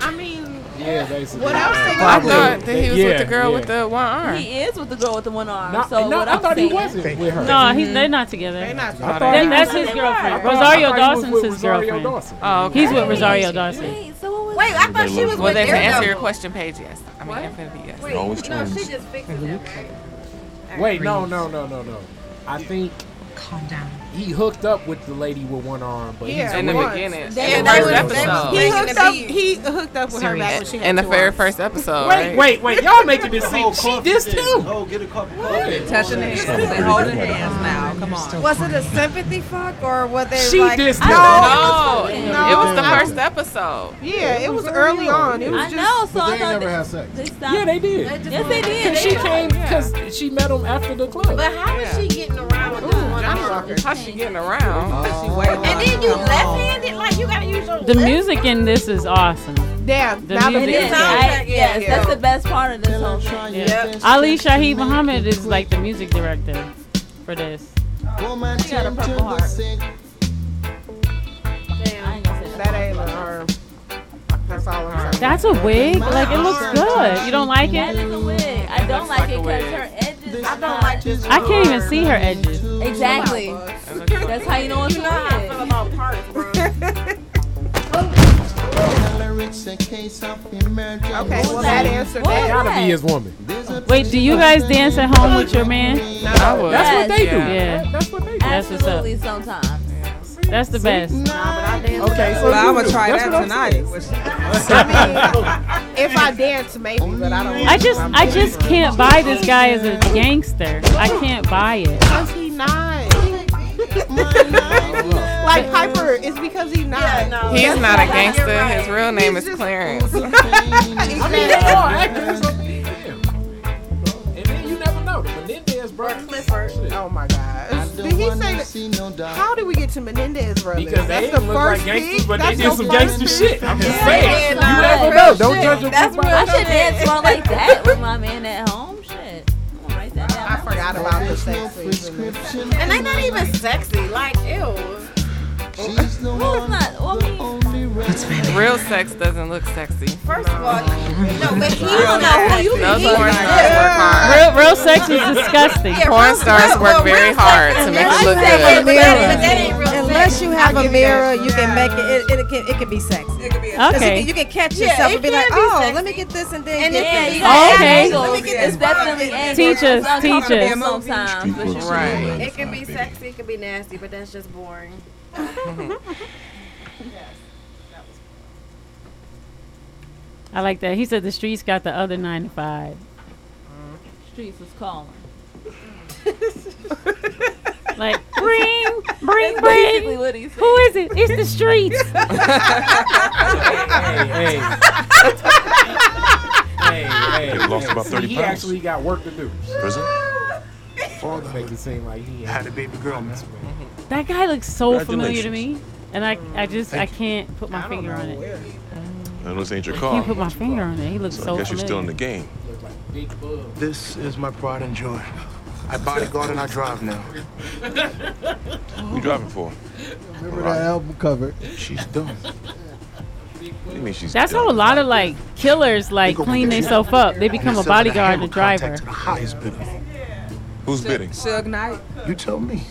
Speaker 4: I mean,
Speaker 2: Yeah, basically.
Speaker 4: What else they
Speaker 9: I thought that he was with the girl with the one arm.
Speaker 6: He is with the girl with the one arm.
Speaker 9: No,
Speaker 6: so
Speaker 9: no,
Speaker 6: what
Speaker 9: I
Speaker 6: I'm
Speaker 9: thought he
Speaker 6: saying,
Speaker 2: wasn't with her.
Speaker 5: No, he's, they're not together. They're
Speaker 4: not
Speaker 2: I thought he-
Speaker 5: that's
Speaker 2: I
Speaker 5: his
Speaker 2: thought- I
Speaker 5: girlfriend.
Speaker 2: thought- I
Speaker 5: Rosario
Speaker 2: thought he was
Speaker 5: Dawson's
Speaker 2: with
Speaker 5: his
Speaker 2: Rosario
Speaker 5: girlfriend.
Speaker 2: Dawson.
Speaker 9: Oh, okay.
Speaker 5: He's with Rosario Dawson.
Speaker 6: Wait, so what was?
Speaker 3: Wait, I thought she was
Speaker 9: Well,
Speaker 3: with
Speaker 9: then to answer your
Speaker 3: Daredevil.
Speaker 9: question, Paige, yes. I mean, Infinity, yes.
Speaker 3: Wait, no, she just fixed it.
Speaker 2: Wait, no, no, no, no, no. I think.
Speaker 11: Calm down.
Speaker 2: he hooked up with the lady with one arm, but
Speaker 4: Yeah,
Speaker 2: he's
Speaker 9: in the
Speaker 2: weak.
Speaker 9: beginning.
Speaker 4: They-
Speaker 9: in the
Speaker 4: they
Speaker 9: first
Speaker 4: was- they
Speaker 9: episode.
Speaker 4: was- he hooked up. He hooked up with her back when she had
Speaker 9: in the
Speaker 4: two
Speaker 9: very
Speaker 4: arms.
Speaker 9: first episode.
Speaker 2: Wait,
Speaker 9: right?
Speaker 2: wait, wait! Y'all making this seem she this too?
Speaker 17: Oh, get a couple.
Speaker 12: Touching hands, they holding hands now. Come on. Was it a sympathy fuck or were they
Speaker 9: She
Speaker 12: like?
Speaker 9: dissed
Speaker 12: I
Speaker 9: him.
Speaker 12: don't
Speaker 9: No,
Speaker 12: know.
Speaker 9: no, it was the first episode.
Speaker 4: Yeah, it was early on. It was
Speaker 6: I
Speaker 4: just.
Speaker 6: know, so I
Speaker 17: They
Speaker 6: thought
Speaker 17: ain't never
Speaker 6: they-
Speaker 17: had sex.
Speaker 6: they stopped.
Speaker 2: Yeah, they did.
Speaker 6: Yes, they did.
Speaker 2: Cause
Speaker 6: They
Speaker 2: she
Speaker 6: did.
Speaker 2: came because she met him after the club.
Speaker 12: But how is she getting around with this one? arm?
Speaker 9: How's she getting around?
Speaker 12: And then you left-handed, like you gotta use your.
Speaker 5: The music in this is awesome.
Speaker 4: Damn,
Speaker 5: The music is
Speaker 6: I,
Speaker 12: soundtrack,
Speaker 6: yes,
Speaker 12: yeah.
Speaker 6: that's the best part of this whole thing.
Speaker 5: yeah. Ali Shaheed Muhammad is like the music director for this.
Speaker 6: She got a purple heart.
Speaker 4: That ain't an arm. That's all an arm.
Speaker 5: That's a wig. Like it looks good. You don't like
Speaker 6: That is
Speaker 5: it?
Speaker 6: a wig. I don't like, it because her edges. I don't like this.
Speaker 5: I can't even see her edges.
Speaker 6: Exactly. That's how you know it's not. I feel about parts, bro.
Speaker 4: Okay, well that answered
Speaker 2: That
Speaker 4: that.
Speaker 2: gotta be his woman.
Speaker 5: Wait, do you guys dance at home with your man?
Speaker 2: I would. That's what they do.
Speaker 5: Yeah.
Speaker 2: That's what they do.
Speaker 5: That's what's up.
Speaker 6: Absolutely, sometimes.
Speaker 5: That's the best.
Speaker 2: Okay, so
Speaker 12: But I'ma
Speaker 2: you-
Speaker 12: try
Speaker 2: that's
Speaker 12: that
Speaker 2: what I'm saying.
Speaker 4: If I dance, maybe, but I don't.
Speaker 5: I just I just can't buy this guy as a gangster. I can't buy it.
Speaker 4: Cause he not. like Piper, it's because he not.
Speaker 9: He's not a gangster. His real name is Clarence.
Speaker 2: I mean, they're all actors. I mean, damn. And then you never know. The Menendez brothers. Clifford.
Speaker 4: Oh my God. Did he say that? How did we get to Menendez brothers?
Speaker 2: Because they
Speaker 4: That's
Speaker 2: didn't
Speaker 4: the
Speaker 2: look like
Speaker 4: first
Speaker 2: gangsters,
Speaker 4: pick?
Speaker 2: but they
Speaker 4: That's
Speaker 2: did
Speaker 4: the
Speaker 2: some
Speaker 4: first
Speaker 2: gangster shit. I'm just
Speaker 4: Yeah.
Speaker 2: saying.
Speaker 4: Yeah,
Speaker 2: You
Speaker 4: nah,
Speaker 2: never
Speaker 4: real
Speaker 2: know. Oh, Don't
Speaker 4: shit.
Speaker 2: judge a
Speaker 6: That's
Speaker 2: book
Speaker 6: real.
Speaker 2: by
Speaker 6: I
Speaker 2: its
Speaker 6: should
Speaker 2: cover.
Speaker 6: dance well like that with my man at home. Shit. I'm gonna write that down.
Speaker 4: I forgot about the sex scene.
Speaker 12: And they not even sexy. Like ew.
Speaker 6: No, it's not. Well, I mean,
Speaker 9: Real sex doesn't look sexy.
Speaker 12: First of all, no, but he
Speaker 9: Real
Speaker 12: don't know
Speaker 9: sex.
Speaker 12: who you
Speaker 9: Those
Speaker 12: he-
Speaker 9: porn stars work hard.
Speaker 5: Real real sex is disgusting.
Speaker 12: Yeah,
Speaker 9: Porn
Speaker 12: real-
Speaker 9: stars
Speaker 12: well,
Speaker 9: work
Speaker 12: well,
Speaker 9: very
Speaker 12: real
Speaker 9: hard
Speaker 12: sex
Speaker 9: to
Speaker 12: is
Speaker 9: make it
Speaker 12: real
Speaker 9: look
Speaker 12: sex,
Speaker 9: good.
Speaker 12: But that, but that ain't real
Speaker 10: Unless
Speaker 12: sex.
Speaker 10: you have
Speaker 12: I'll
Speaker 10: a
Speaker 12: give you
Speaker 10: mirror,
Speaker 12: that.
Speaker 10: you can make it. It, it can it can be sexy. It can be
Speaker 12: a-
Speaker 5: Okay.
Speaker 10: You can catch
Speaker 12: Yeah,
Speaker 10: yourself
Speaker 12: it
Speaker 10: and be
Speaker 12: can
Speaker 10: like,
Speaker 12: be
Speaker 10: oh,
Speaker 12: sexy.
Speaker 10: let me get this and then
Speaker 12: And
Speaker 10: get
Speaker 12: it's-
Speaker 10: that.
Speaker 12: you gotta
Speaker 5: Okay.
Speaker 12: have angles.
Speaker 10: Let me get
Speaker 12: It's
Speaker 10: this
Speaker 12: definitely
Speaker 10: part.
Speaker 12: angles.
Speaker 5: Teach us,
Speaker 12: It's
Speaker 5: teach
Speaker 12: uncomfortable
Speaker 5: us.
Speaker 12: Sometimes, but you-
Speaker 9: Right.
Speaker 12: It can be sexy, it can be nasty, but that's just boring.
Speaker 5: I like that. He said the streets got the other 95.
Speaker 6: streets was calling.
Speaker 5: Like bring, bring,
Speaker 6: That's
Speaker 5: bring.
Speaker 6: basically what he said.
Speaker 5: Who is it? It's the streets.
Speaker 2: Hey, hey. Hey, hey,
Speaker 15: Get lost
Speaker 2: hey.
Speaker 15: about
Speaker 2: See,
Speaker 15: 30
Speaker 2: He
Speaker 15: pounds.
Speaker 2: actually got work to do.
Speaker 15: Prison?
Speaker 2: Father make it seem like he had a baby girl, man.
Speaker 5: That guy looks so familiar to me,
Speaker 15: Congratulations.
Speaker 5: and I I just I
Speaker 15: Thank you.
Speaker 5: can't put my finger on it.
Speaker 15: And this ain't your
Speaker 5: I
Speaker 15: car.
Speaker 5: can't put my finger on it. He looks
Speaker 15: so
Speaker 5: so
Speaker 15: I guess you're still in the
Speaker 5: familiar.
Speaker 15: game.
Speaker 17: This is my pride and joy. I bodyguard and I drive now.
Speaker 15: Who you driving for?
Speaker 17: Remember that album cover? She's dumb.
Speaker 15: What do you mean she's
Speaker 5: That's how a lot of like killers like clean themselves up. They become a bodyguard and driver.
Speaker 17: To the highest bidder.
Speaker 15: Who's bidding?
Speaker 17: Suge Knight. You tell me.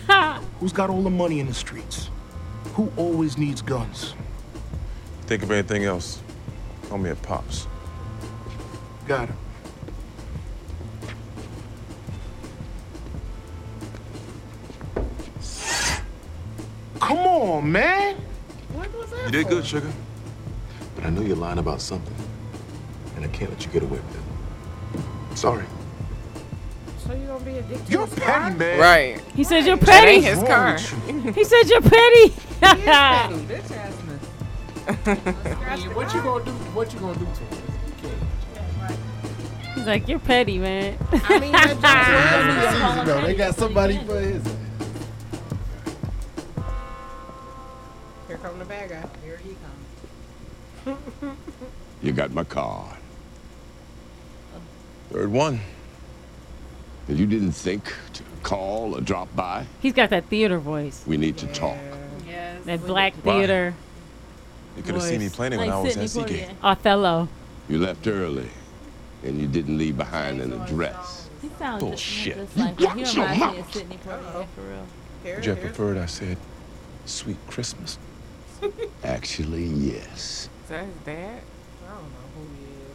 Speaker 17: Who's got all the money in the streets? Who always needs guns?
Speaker 15: Think of anything else. Call me a pops.
Speaker 17: Got him. Come on, man.
Speaker 15: You did good, sugar. But I know you're lying about something. And I can't let you get away with it. Sorry.
Speaker 4: So you gonna be addicted?
Speaker 17: You're petty, man.
Speaker 9: Right.
Speaker 5: He said you're
Speaker 9: It ain't
Speaker 5: petty.
Speaker 9: his car.
Speaker 5: He said you're petty.
Speaker 2: What you gonna do? What you gonna do to him?
Speaker 5: He's like you're petty, man.
Speaker 4: I mean, that
Speaker 17: It's easy, though. They got somebody for his.
Speaker 4: Here come the bad guy. Here he comes.
Speaker 13: You got my card.
Speaker 8: Third one. You didn't think to call or drop by?
Speaker 5: He's got that theater voice.
Speaker 8: We need to talk.
Speaker 5: That black
Speaker 8: Why?
Speaker 5: theater.
Speaker 8: You could have seen me playing it when I was at Seagate.
Speaker 5: Othello.
Speaker 8: You left early, and you didn't leave behind an address.
Speaker 6: He sounds
Speaker 8: Bullshit.
Speaker 6: Just, just like
Speaker 8: You
Speaker 6: him. he
Speaker 8: watch your
Speaker 6: reminds me of Sidney Poitier for real.
Speaker 8: Would you have preferred I said, "Sweet Christmas"? Actually, yes.
Speaker 9: Is that his dad?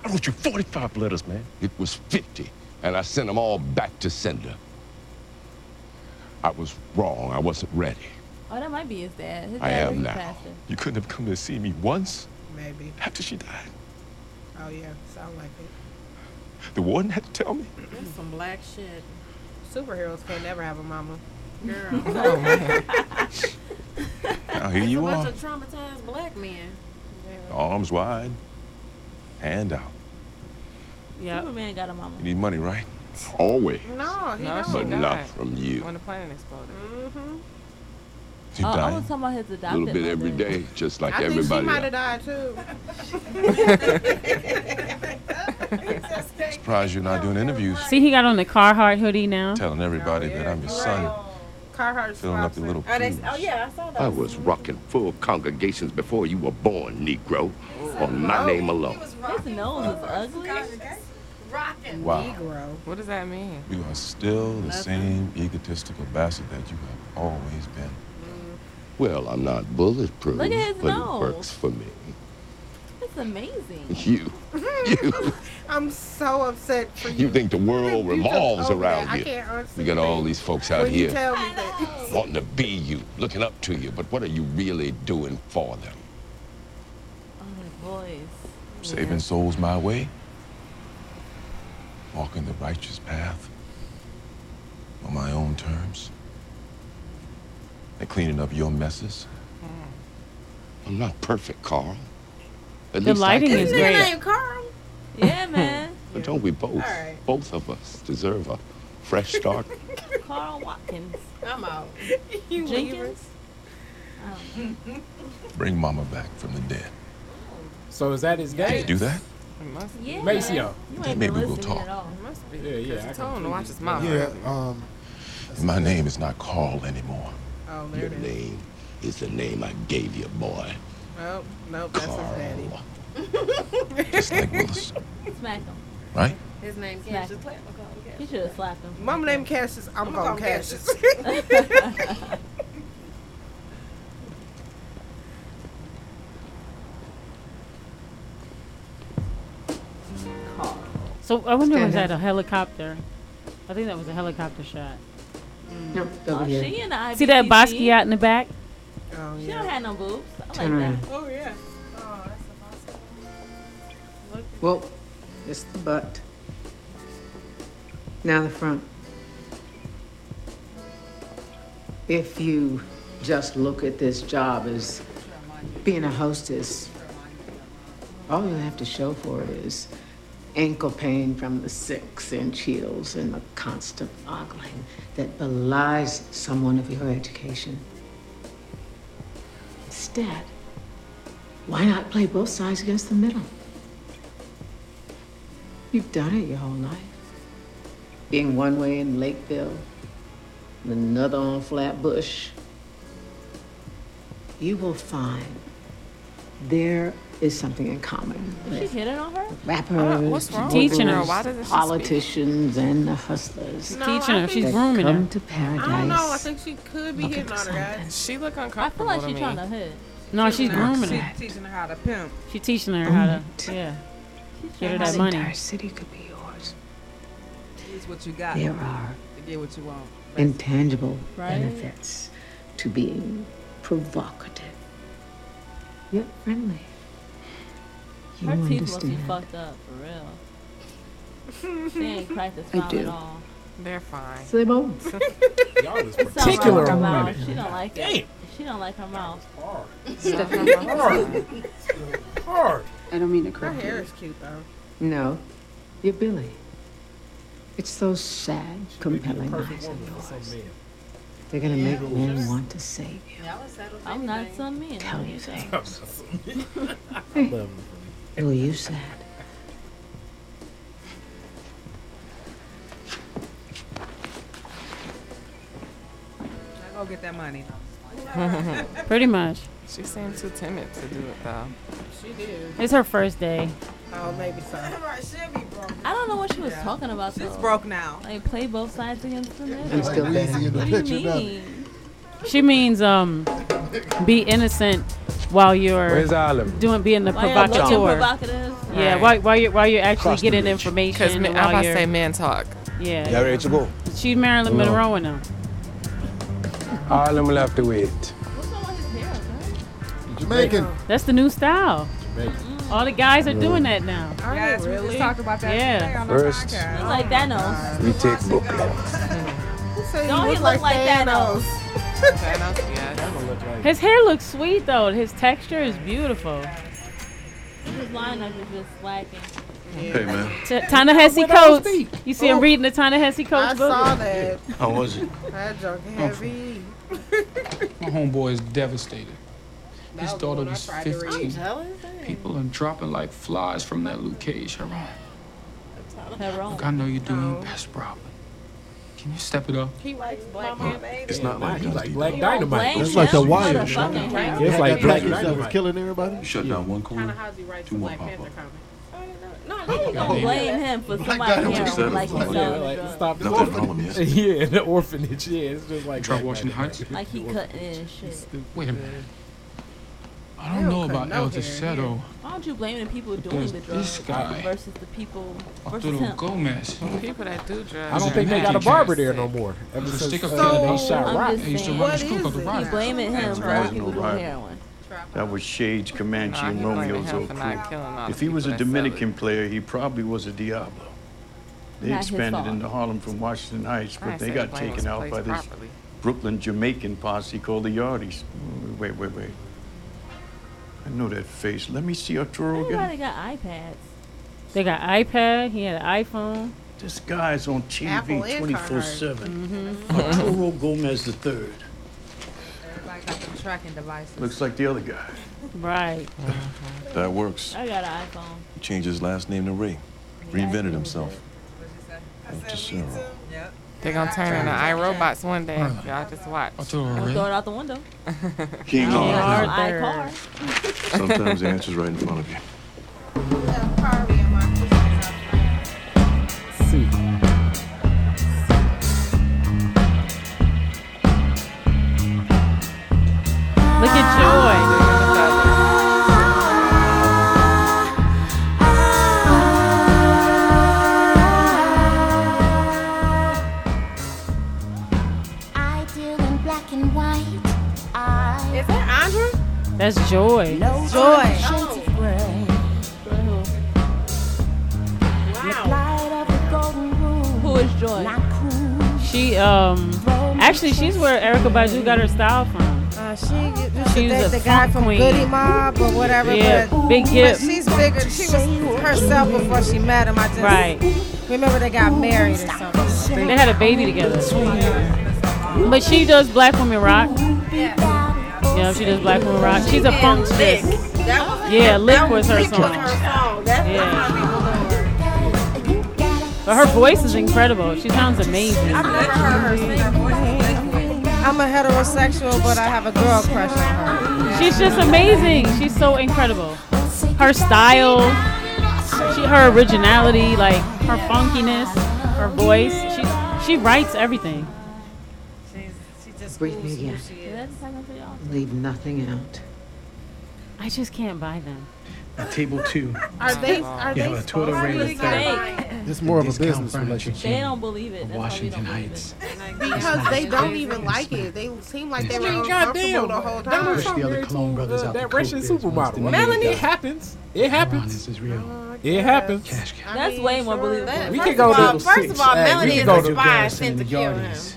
Speaker 8: I wrote you 45 letters, man. It was 50, and I sent them all back to sender. I was wrong. I wasn't ready.
Speaker 6: Oh, that might be his dad. His
Speaker 8: I
Speaker 6: dad
Speaker 8: am
Speaker 6: was a
Speaker 8: now.
Speaker 6: pastor.
Speaker 15: You couldn't have come to see me once
Speaker 4: Maybe.
Speaker 15: after she died.
Speaker 4: Oh yeah, sound like it.
Speaker 15: The warden had to tell me.
Speaker 4: That's some black shit. Superheroes can never have a mama. Girl.
Speaker 15: Oh, man. Now here you
Speaker 6: Bunch
Speaker 15: are,
Speaker 6: of traumatized black men.
Speaker 15: arms wide, hand out.
Speaker 6: Yeah. Superman got a mama.
Speaker 15: You need money, right? Always.
Speaker 4: No, he
Speaker 9: No,
Speaker 4: don't.
Speaker 9: she
Speaker 15: But
Speaker 9: died.
Speaker 15: not from you.
Speaker 9: When the planet exploded.
Speaker 15: She
Speaker 6: Oh, I
Speaker 15: died
Speaker 6: was talking about his
Speaker 15: a
Speaker 6: adopted
Speaker 15: little bit
Speaker 6: mother.
Speaker 15: every day, just like
Speaker 4: I think she
Speaker 15: everybody
Speaker 4: might
Speaker 15: else.
Speaker 4: have died too.
Speaker 15: Surprised you're not doing interviews,
Speaker 5: See, he got on the Carhartt hoodie now.
Speaker 15: telling everybody that I'm your son,
Speaker 4: Carhartt's
Speaker 15: filling up the little pews.
Speaker 6: oh yeah, I saw
Speaker 8: I was rocking full congregations before you were born, Negro, on
Speaker 4: Oh.
Speaker 8: my name alone.
Speaker 6: His nose is ugly.
Speaker 4: Rockin'
Speaker 15: Wow.
Speaker 4: Negro.
Speaker 9: What does that mean?
Speaker 15: You are still the same egotistical bastard that you have always been.
Speaker 8: Well, I'm not bulletproof,
Speaker 6: Look at his
Speaker 8: but it
Speaker 6: nose.
Speaker 8: works for me.
Speaker 6: It's amazing.
Speaker 8: You, you,
Speaker 4: I'm so upset for you.
Speaker 8: you think the world
Speaker 4: You just
Speaker 8: revolves
Speaker 4: over
Speaker 8: around
Speaker 4: that. I
Speaker 8: here.
Speaker 4: can't
Speaker 8: You got all these folks out
Speaker 4: when you
Speaker 8: here
Speaker 4: tell me that.
Speaker 8: wanting to be you, looking up to you, but what are you really doing for them?
Speaker 6: Oh my boys.
Speaker 15: Saving souls my way, walking the righteous path on my own terms, and cleaning up your messes.
Speaker 8: I'm not perfect, Carl. At
Speaker 5: The
Speaker 8: least I
Speaker 5: lighting
Speaker 8: think
Speaker 5: is
Speaker 8: I
Speaker 5: great.
Speaker 4: Carl.
Speaker 6: Yeah, man.
Speaker 8: But don't we both,
Speaker 6: Alright.
Speaker 8: both of us, deserve a fresh start?
Speaker 6: Carl Watkins.
Speaker 4: I'm out.
Speaker 6: You
Speaker 4: Jenkins?
Speaker 15: Bring Mama back from the dead.
Speaker 2: So is that his
Speaker 15: Can you
Speaker 2: dad?
Speaker 15: do that?
Speaker 6: Yeah.
Speaker 2: Maceo.
Speaker 6: You ain't
Speaker 15: Maybe
Speaker 6: been
Speaker 15: we'll
Speaker 6: listening
Speaker 15: talk.
Speaker 6: at all.
Speaker 9: Must be.
Speaker 2: Yeah, yeah. I
Speaker 9: I told him to
Speaker 2: completely-
Speaker 9: watch his mouth.
Speaker 15: Yeah,
Speaker 17: um.
Speaker 15: My name is not Carl anymore.
Speaker 4: Oh, there
Speaker 8: Your
Speaker 4: it is.
Speaker 8: name is the name I gave you, boy.
Speaker 4: Oh, nope, that's his daddy.
Speaker 15: Just like Willis,
Speaker 6: Smack him.
Speaker 15: right?
Speaker 6: His name's Cassius. He should have slapped him.
Speaker 4: Mama named Cassius. I'm,
Speaker 6: I'm
Speaker 4: going
Speaker 6: gonna
Speaker 4: Cassius.
Speaker 5: So I wonder was
Speaker 6: Stand
Speaker 5: that a helicopter? I think that was a helicopter shot.
Speaker 6: Oh, she in the
Speaker 5: See that
Speaker 6: IBCC.
Speaker 5: Basquiat in the back?
Speaker 4: Oh,
Speaker 6: She don't have no boobs. I
Speaker 5: Turn
Speaker 6: like
Speaker 5: around.
Speaker 6: that. Oh yeah.
Speaker 1: Well, it's the butt. Now the front. If you just look at this job as being a hostess, all you have to show for it is ankle pain from the six inch heels and the constant ogling that belies someone of your education. Instead, why not play both sides against the middle? You've done it your whole life. Being one way in Lakeville, and another on Flatbush. You will find there is something in common
Speaker 6: She
Speaker 1: with
Speaker 6: hit it on her.
Speaker 1: rappers,
Speaker 6: Uh, what's wrong with
Speaker 1: teachers,
Speaker 6: her? Why doesn't she speak?
Speaker 1: politicians, and the hustlers.
Speaker 9: No, Teaching I her. She's
Speaker 1: that
Speaker 9: grooming her.
Speaker 1: come to paradise.
Speaker 4: I don't know. I think she could be hitting on her, guys.
Speaker 9: She look
Speaker 6: I feel
Speaker 9: uncomfortable.
Speaker 6: like
Speaker 9: to
Speaker 6: she
Speaker 9: me.
Speaker 6: trying to hood.
Speaker 5: No, she's grooming
Speaker 1: She-
Speaker 5: her.
Speaker 12: Teaching her how to pimp.
Speaker 5: She teaching
Speaker 1: Oh
Speaker 5: her how to yeah. Get her
Speaker 1: This
Speaker 5: that money.
Speaker 1: entire city could be yours.
Speaker 12: Use what you got.
Speaker 1: There are
Speaker 12: To get what you want.
Speaker 1: intangible
Speaker 12: Right.
Speaker 1: benefits to being provocative yet friendly. You
Speaker 6: Her teeth must be
Speaker 1: understand.
Speaker 6: fucked up for real. She ain't cracked a smile at
Speaker 1: do.
Speaker 6: all.
Speaker 9: They're fine.
Speaker 1: Same old.
Speaker 6: It's something wrong with her
Speaker 1: particular
Speaker 6: mouth.
Speaker 1: women.
Speaker 6: She don't like it. She don't like her mouth.
Speaker 1: Stephanie.
Speaker 2: Hard.
Speaker 1: I don't mean to
Speaker 4: Her
Speaker 1: correct
Speaker 4: hair
Speaker 1: you.
Speaker 4: is cute though.
Speaker 1: No, you're Billy. It's those sad, compelling eyes of yours. They're gonna make men want to save you,
Speaker 6: I'm not some man.
Speaker 1: tell you things. Hey, who are you sad?
Speaker 12: I go get that money though.
Speaker 5: Pretty much.
Speaker 9: She seemed too timid to do it though.
Speaker 4: She did.
Speaker 5: It's her first day.
Speaker 4: Oh, maybe so.
Speaker 6: I don't know what she was talking about.
Speaker 12: She's
Speaker 6: though.
Speaker 12: broke now.
Speaker 6: Like play both sides against the middle.
Speaker 5: I'm still
Speaker 6: what
Speaker 5: bad.
Speaker 6: do
Speaker 5: What
Speaker 6: you
Speaker 5: do you
Speaker 6: mean?
Speaker 5: She means um be innocent while you're
Speaker 18: Where's Olive?
Speaker 5: doing being the
Speaker 6: Why y'all looking
Speaker 5: provocateur.
Speaker 6: provocative?
Speaker 5: Yeah,
Speaker 9: Right.
Speaker 5: while, while you're while you're actually
Speaker 9: Cross the
Speaker 5: getting
Speaker 9: bridge.
Speaker 5: information.
Speaker 9: Because I'm
Speaker 5: while
Speaker 9: about to
Speaker 5: you're-
Speaker 9: say man talk.
Speaker 5: Yeah.
Speaker 18: Y'all ready to go?
Speaker 5: She's Marilyn
Speaker 18: No.
Speaker 5: Monroe now.
Speaker 18: Harlem will have to wait.
Speaker 5: Jamaican. That's the new style. All the guys are
Speaker 18: Yeah.
Speaker 5: doing that now.
Speaker 10: Yes, we just talked about that today
Speaker 5: Yeah.
Speaker 10: on the
Speaker 18: First,
Speaker 10: podcast. Oh
Speaker 6: Like Thanos.
Speaker 18: we take Brooklyn.
Speaker 4: So
Speaker 6: Don't he
Speaker 4: look
Speaker 6: look
Speaker 4: like
Speaker 6: like, Thanos?
Speaker 5: His hair looks sweet though. His texture is beautiful.
Speaker 6: His lineup is just slacking.
Speaker 16: Hey, man.
Speaker 5: T- Ta-Nehisi
Speaker 4: What else
Speaker 5: Coates.
Speaker 4: speak?
Speaker 5: You see him
Speaker 4: Oh.
Speaker 5: reading the Ta-Nehisi Coates
Speaker 4: I
Speaker 5: book?
Speaker 4: saw that.
Speaker 16: How was it? Oh,
Speaker 4: That junk heavy.
Speaker 14: My homeboy is devastated. His daughter was 15. People are dropping like flies from that Luke Cage. Sharon, look, I know you're doing your best, bro. Can you step it up?
Speaker 10: He likes black man, baby.
Speaker 14: It's not
Speaker 2: Nah,
Speaker 14: like
Speaker 2: he
Speaker 14: those
Speaker 2: like
Speaker 14: deep
Speaker 2: Black
Speaker 14: down.
Speaker 2: Dynamite.
Speaker 14: That's like The Wire.
Speaker 2: Yeah,
Speaker 19: Yeah,
Speaker 2: it's like
Speaker 19: that black
Speaker 2: Black
Speaker 19: yourself was
Speaker 2: Dynamite.
Speaker 19: killing everybody. Shut down one corner.
Speaker 4: Two more pop up.
Speaker 6: You gonna blame him for somebody here
Speaker 2: like,
Speaker 6: like he's so
Speaker 2: stop the
Speaker 6: drunk.
Speaker 2: orphanage. yeah, the orphanage. Yeah, it's just like
Speaker 14: Try
Speaker 2: that,
Speaker 14: watching
Speaker 2: man.
Speaker 14: Heights?
Speaker 6: Like he cutting in and shit.
Speaker 14: Wait a minute. I don't know about El Tecero.
Speaker 6: Why don't you blame the people doing
Speaker 14: Because
Speaker 6: the
Speaker 14: this
Speaker 6: drugs
Speaker 14: guy-
Speaker 6: versus the people versus
Speaker 14: Arturo
Speaker 6: him?
Speaker 14: Gomez.
Speaker 9: People that do drugs.
Speaker 2: I don't think they got a barber there no more. Ever
Speaker 14: The
Speaker 2: since,
Speaker 14: stick of
Speaker 2: uh,
Speaker 14: cannabis.
Speaker 2: they shot
Speaker 14: I'm
Speaker 2: Rock.
Speaker 14: just They used to saying, run his what cook is up the it? rock.
Speaker 6: He blaming him for
Speaker 16: Right.
Speaker 6: other people doing
Speaker 16: Right.
Speaker 6: heroin.
Speaker 16: That was Shades, Comanche,
Speaker 9: Nah,
Speaker 16: and
Speaker 9: he blaming
Speaker 16: Romeo's
Speaker 9: him
Speaker 16: old
Speaker 9: for
Speaker 16: crew.
Speaker 9: not killing all the
Speaker 16: If he was a
Speaker 9: people that sell it.
Speaker 16: Dominican player, he probably was a Diablo. They
Speaker 9: Not his
Speaker 16: expanded
Speaker 9: fault.
Speaker 16: into Harlem from Washington Heights,
Speaker 9: I
Speaker 16: but they
Speaker 9: said
Speaker 16: got
Speaker 9: the blame
Speaker 16: taken
Speaker 9: was
Speaker 16: out by
Speaker 9: placed
Speaker 16: this
Speaker 9: properly.
Speaker 16: Brooklyn Jamaican posse called the Yardies. Wait, wait, wait. I know that face. Let me see Arturo again.
Speaker 6: Everybody got iPads.
Speaker 5: They got iPad. He had an iPhone.
Speaker 16: This guy's on TV
Speaker 5: Apple and
Speaker 16: 24 7.
Speaker 9: Mm-hmm.
Speaker 16: Arturo Gomez III.
Speaker 10: Everybody got them tracking devices.
Speaker 16: Looks like the other guy.
Speaker 5: Right.
Speaker 15: That works.
Speaker 6: I got an iPhone.
Speaker 15: He changed his last name to Ray. Reinvented himself. Montesero.
Speaker 9: They're gonna turn into iRobots one day. Y'all just watch.
Speaker 6: I'm throw it out the window.
Speaker 15: King Arthur.
Speaker 6: iCar.
Speaker 15: Sometimes the answer's right in front of you.
Speaker 5: Look at Joy.
Speaker 20: I deal in black and white. I
Speaker 4: Is that Andre?
Speaker 5: That's Joy.
Speaker 20: know
Speaker 4: Joy.
Speaker 20: all shades of gray. Wow.
Speaker 6: Who is Joy?
Speaker 5: She um actually she's where Erica Badu got her style from.
Speaker 10: Uh, she get- this
Speaker 5: She's
Speaker 10: the,
Speaker 5: a
Speaker 10: the guy
Speaker 5: funk
Speaker 10: from
Speaker 5: queen.
Speaker 10: Goody Mob or whatever.
Speaker 5: Yeah,
Speaker 10: but,
Speaker 5: big
Speaker 10: but
Speaker 5: hip.
Speaker 10: She's bigger. She was herself before she met him. I just
Speaker 5: Right.
Speaker 10: remember they got married or something.
Speaker 5: They had a baby together. But she does Black Woman Rock. Yeah, she does Black Woman Rock. She's a funk chick. Yeah, Lick was her song. But her voice is incredible. She sounds amazing.
Speaker 10: I'm a heterosexual, but I have a girl crush on her.
Speaker 5: She's just amazing. She's so incredible. Her style, she her originality, like her funkiness, her voice. She she writes everything.
Speaker 1: Breathe me again. Leave nothing out.
Speaker 5: I just can't buy them.
Speaker 19: At table two,
Speaker 4: Are they? Are
Speaker 19: you
Speaker 4: they?
Speaker 19: have a Twitter ring of
Speaker 6: Fake.
Speaker 19: It's more of a
Speaker 18: Discount
Speaker 19: business relationship.
Speaker 6: They don't believe it. That's why we don't
Speaker 19: Washington
Speaker 6: believe
Speaker 19: Heights.
Speaker 4: Because they don't even like it. They seem like they were
Speaker 2: Goddamn,
Speaker 4: uncomfortable the whole
Speaker 2: Donald
Speaker 4: time.
Speaker 2: Trump
Speaker 19: the other
Speaker 2: married
Speaker 19: Cologne
Speaker 2: to,
Speaker 19: brothers
Speaker 2: uh,
Speaker 19: out the
Speaker 2: that
Speaker 19: coke
Speaker 2: Russian
Speaker 19: business once the
Speaker 2: supermodel.
Speaker 19: media
Speaker 2: Melanie,
Speaker 19: got
Speaker 2: it happens. It happens. Oh,
Speaker 19: This is real.
Speaker 2: It happens.
Speaker 6: That's way more believable.
Speaker 2: We could go to the six. Hey, we could go to-
Speaker 19: the Yardies.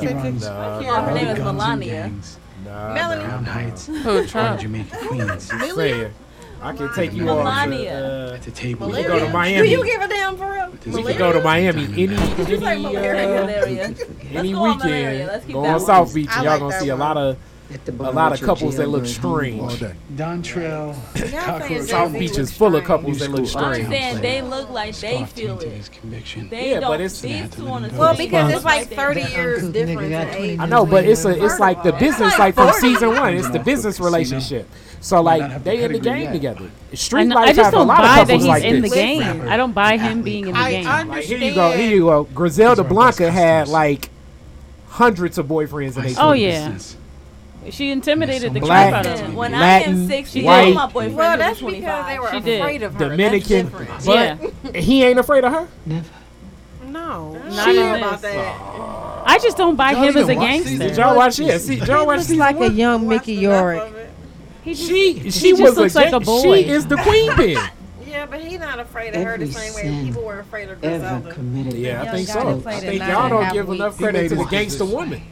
Speaker 19: He runs
Speaker 6: Her
Speaker 19: all the
Speaker 6: name is
Speaker 19: guns and
Speaker 6: Melania.
Speaker 19: gangs.
Speaker 6: Melanie.
Speaker 19: Crown Heights.
Speaker 6: Who, Trump?
Speaker 19: all Jamaica Queens.
Speaker 2: Saying, I can take you all to,
Speaker 6: Melania.
Speaker 2: uh,
Speaker 19: At the table.
Speaker 2: we could go to Miami.
Speaker 6: Do you give a damn for real?
Speaker 2: we could go to Miami any any,
Speaker 6: She's like malaria.
Speaker 2: uh,
Speaker 6: malaria. Let's
Speaker 2: any
Speaker 6: go on malaria.
Speaker 2: weekend.
Speaker 6: Let's keep
Speaker 2: Go
Speaker 6: that
Speaker 2: on
Speaker 6: one.
Speaker 2: South Beach, y'all
Speaker 6: like
Speaker 2: gonna
Speaker 6: that
Speaker 2: see a lot of a
Speaker 19: bar
Speaker 2: lot
Speaker 19: with
Speaker 2: of
Speaker 19: your
Speaker 2: couples that
Speaker 19: jail
Speaker 2: look
Speaker 19: during homeroom all
Speaker 2: strange.
Speaker 19: day. Dontrell,
Speaker 6: saying
Speaker 19: cockroach.
Speaker 2: South Beach is full of couples
Speaker 19: New
Speaker 2: that look
Speaker 19: school
Speaker 6: I'm
Speaker 2: strange.
Speaker 6: saying they look like they
Speaker 19: Scarf
Speaker 6: feel
Speaker 19: tainted
Speaker 6: it.
Speaker 19: his conviction.
Speaker 6: They
Speaker 2: Yeah,
Speaker 6: don't.
Speaker 2: but it's-
Speaker 6: these two on the
Speaker 10: Well,
Speaker 6: same
Speaker 10: because it's
Speaker 6: level
Speaker 10: like
Speaker 6: they-
Speaker 10: 30 years difference in age.
Speaker 2: I know, but it's a it's like the business, like from season one, it's the business relationship. So like they in the
Speaker 19: pedigree
Speaker 2: game
Speaker 19: yet.
Speaker 2: together.
Speaker 5: I,
Speaker 2: Street
Speaker 5: know, I
Speaker 2: life
Speaker 5: just
Speaker 2: have a
Speaker 5: don't
Speaker 2: lot of
Speaker 5: buy that
Speaker 2: couples
Speaker 5: he's
Speaker 2: like
Speaker 5: in the
Speaker 2: this.
Speaker 5: game. I don't buy him being in the game.
Speaker 2: Like, here you go, here you go. Griselda Blanca had like hundreds of boyfriends in their
Speaker 5: Oh
Speaker 2: 20s.
Speaker 5: yeah. She intimidated the crap
Speaker 2: Black,
Speaker 5: out of him.
Speaker 6: When I
Speaker 2: Latin,
Speaker 6: am 60,
Speaker 2: white,
Speaker 6: my boyfriend
Speaker 10: Well,
Speaker 6: was
Speaker 10: that's
Speaker 6: 25.
Speaker 10: because they were
Speaker 5: She did.
Speaker 10: afraid of her.
Speaker 2: Dominican,
Speaker 10: That's
Speaker 2: but
Speaker 10: different.
Speaker 2: he ain't afraid of her.
Speaker 10: No,
Speaker 5: Not
Speaker 10: she
Speaker 5: in
Speaker 10: about
Speaker 5: this.
Speaker 10: that.
Speaker 5: I just don't buy
Speaker 2: Y'all
Speaker 5: him as
Speaker 2: even
Speaker 5: a
Speaker 2: watch
Speaker 5: gangster.
Speaker 2: season- Did y'all watch- yeah, see, did y'all watch
Speaker 5: He looks
Speaker 2: season
Speaker 5: like
Speaker 2: one?
Speaker 5: a young Mickey
Speaker 12: York.
Speaker 5: He just,
Speaker 2: She
Speaker 5: he
Speaker 2: she
Speaker 5: just
Speaker 2: was
Speaker 5: looks
Speaker 2: a
Speaker 5: like
Speaker 2: ga-
Speaker 5: a boy.
Speaker 2: She is the queen bee.
Speaker 12: Yeah, but he's not afraid of her
Speaker 1: Every
Speaker 12: the same way
Speaker 1: sin
Speaker 12: people were afraid of
Speaker 1: ever
Speaker 12: Griselda.
Speaker 1: committed.
Speaker 2: Yeah, I think
Speaker 12: Y'all gotta
Speaker 2: so.
Speaker 12: play
Speaker 2: I
Speaker 12: the
Speaker 2: think
Speaker 12: nine
Speaker 2: y'all
Speaker 12: and a
Speaker 2: don't
Speaker 12: half
Speaker 2: give enough
Speaker 12: weeks.
Speaker 2: credit to the
Speaker 12: He made
Speaker 2: gangster woman.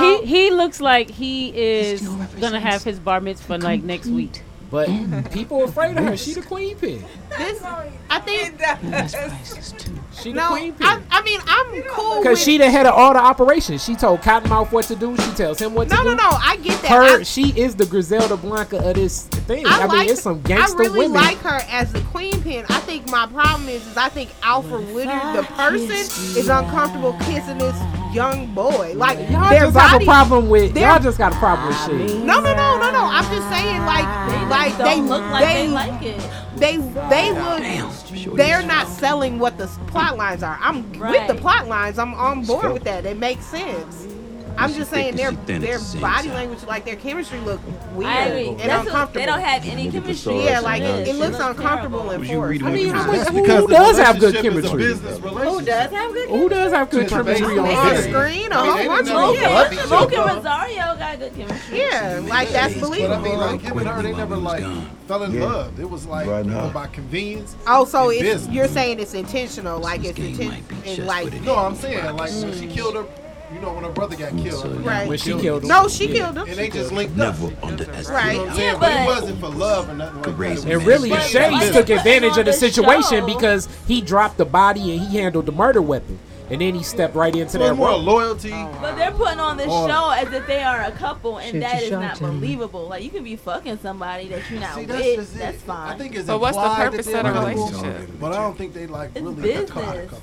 Speaker 5: He he looks like he is gonna have his bar mitzvah like next week.
Speaker 2: But people afraid of her. She the queen pin.
Speaker 4: This, I think.
Speaker 2: She the
Speaker 4: no,
Speaker 2: queen pin.
Speaker 4: I, I mean, I'm cool.
Speaker 2: Because
Speaker 4: with,
Speaker 2: she the head of all the operations. She told Cottonmouth what to do. She tells him what
Speaker 4: No,
Speaker 2: to
Speaker 4: no,
Speaker 2: do.
Speaker 4: no. I get that.
Speaker 2: Her,
Speaker 4: I,
Speaker 2: she is the Griselda Blanca of this thing. I,
Speaker 4: I
Speaker 2: mean,
Speaker 4: like-
Speaker 2: it's some gangster
Speaker 4: I really
Speaker 2: women.
Speaker 4: like her as the queen pin. I think my problem is, is I think Alfred Woodard, the person, is uncomfortable kissing this young boy. Like
Speaker 2: y'all
Speaker 4: their
Speaker 2: just have
Speaker 4: body,
Speaker 2: a problem with.
Speaker 4: their-
Speaker 2: Y'all just got a problem with shit.
Speaker 4: No, no, no, no, no. I'm just saying, like, like they
Speaker 6: don't look like they like it.
Speaker 4: They, they look. They're not selling what the s- plot lines are. I'm with the plot lines. I'm on board with that. It makes sense. I'm just saying their their body language, like their chemistry, look weird
Speaker 6: I agree.
Speaker 4: and
Speaker 6: That's what-
Speaker 4: uncomfortable.
Speaker 6: they don't have any chemistry.
Speaker 4: Yeah, like it, it
Speaker 6: Yes.
Speaker 4: looks uncomfortable and forced.
Speaker 2: I mean, how much, who,
Speaker 4: because
Speaker 2: who
Speaker 4: the
Speaker 2: does have good
Speaker 7: relationship is a
Speaker 2: chemistry?
Speaker 7: business
Speaker 6: Who does have good?
Speaker 2: Who does have good
Speaker 7: It's based
Speaker 2: chemistry
Speaker 7: on
Speaker 2: on
Speaker 7: business.
Speaker 2: this?
Speaker 4: Green, a
Speaker 7: I mean, they
Speaker 4: whole bunch
Speaker 7: didn't
Speaker 4: of
Speaker 7: know
Speaker 4: yeah.
Speaker 7: Buffy.
Speaker 6: Luke Luke and Rosario got good chemistry.
Speaker 4: Yeah, like that's
Speaker 7: But I mean,
Speaker 4: believable.
Speaker 7: like him and her, they never like fell in
Speaker 4: Yeah.
Speaker 7: love. It was like
Speaker 21: Right
Speaker 7: you know,
Speaker 21: now.
Speaker 7: by convenience.
Speaker 4: Oh, so
Speaker 7: and
Speaker 4: it's,
Speaker 7: business.
Speaker 4: you're saying it's intentional, like it's intentional, like
Speaker 7: No, I'm saying like when she killed her. You know when her brother got killed.
Speaker 4: Right. When she
Speaker 7: killed
Speaker 4: killed him. No, she killed him.
Speaker 7: And they just linked up.
Speaker 22: Never
Speaker 7: You know
Speaker 4: right.
Speaker 7: what I'm saying? but, it wasn't for love or nothing like that.
Speaker 2: And really,
Speaker 7: But-
Speaker 2: Shades
Speaker 7: but-
Speaker 2: took advantage of the
Speaker 7: on the
Speaker 2: situation
Speaker 7: show-
Speaker 2: because he dropped the body and he handled the murder weapon, and then he stepped right into
Speaker 7: So
Speaker 2: that
Speaker 7: it's more
Speaker 2: role.
Speaker 7: loyalty.
Speaker 6: But they're putting on this
Speaker 2: Oh.
Speaker 6: show as if they are a couple, and
Speaker 2: Shoot
Speaker 6: that
Speaker 2: your
Speaker 6: is
Speaker 2: shot,
Speaker 6: not
Speaker 2: gentlemen.
Speaker 6: believable. Like you can be fucking somebody that you're not
Speaker 7: See, that's
Speaker 6: with.
Speaker 7: just
Speaker 6: That's,
Speaker 7: it.
Speaker 6: fine.
Speaker 7: I think it's
Speaker 6: But what's the
Speaker 7: implied that
Speaker 6: purpose
Speaker 7: they're
Speaker 6: of the
Speaker 7: a couple,
Speaker 6: relationship?
Speaker 7: But I don't think they like really
Speaker 6: business.
Speaker 7: a couple.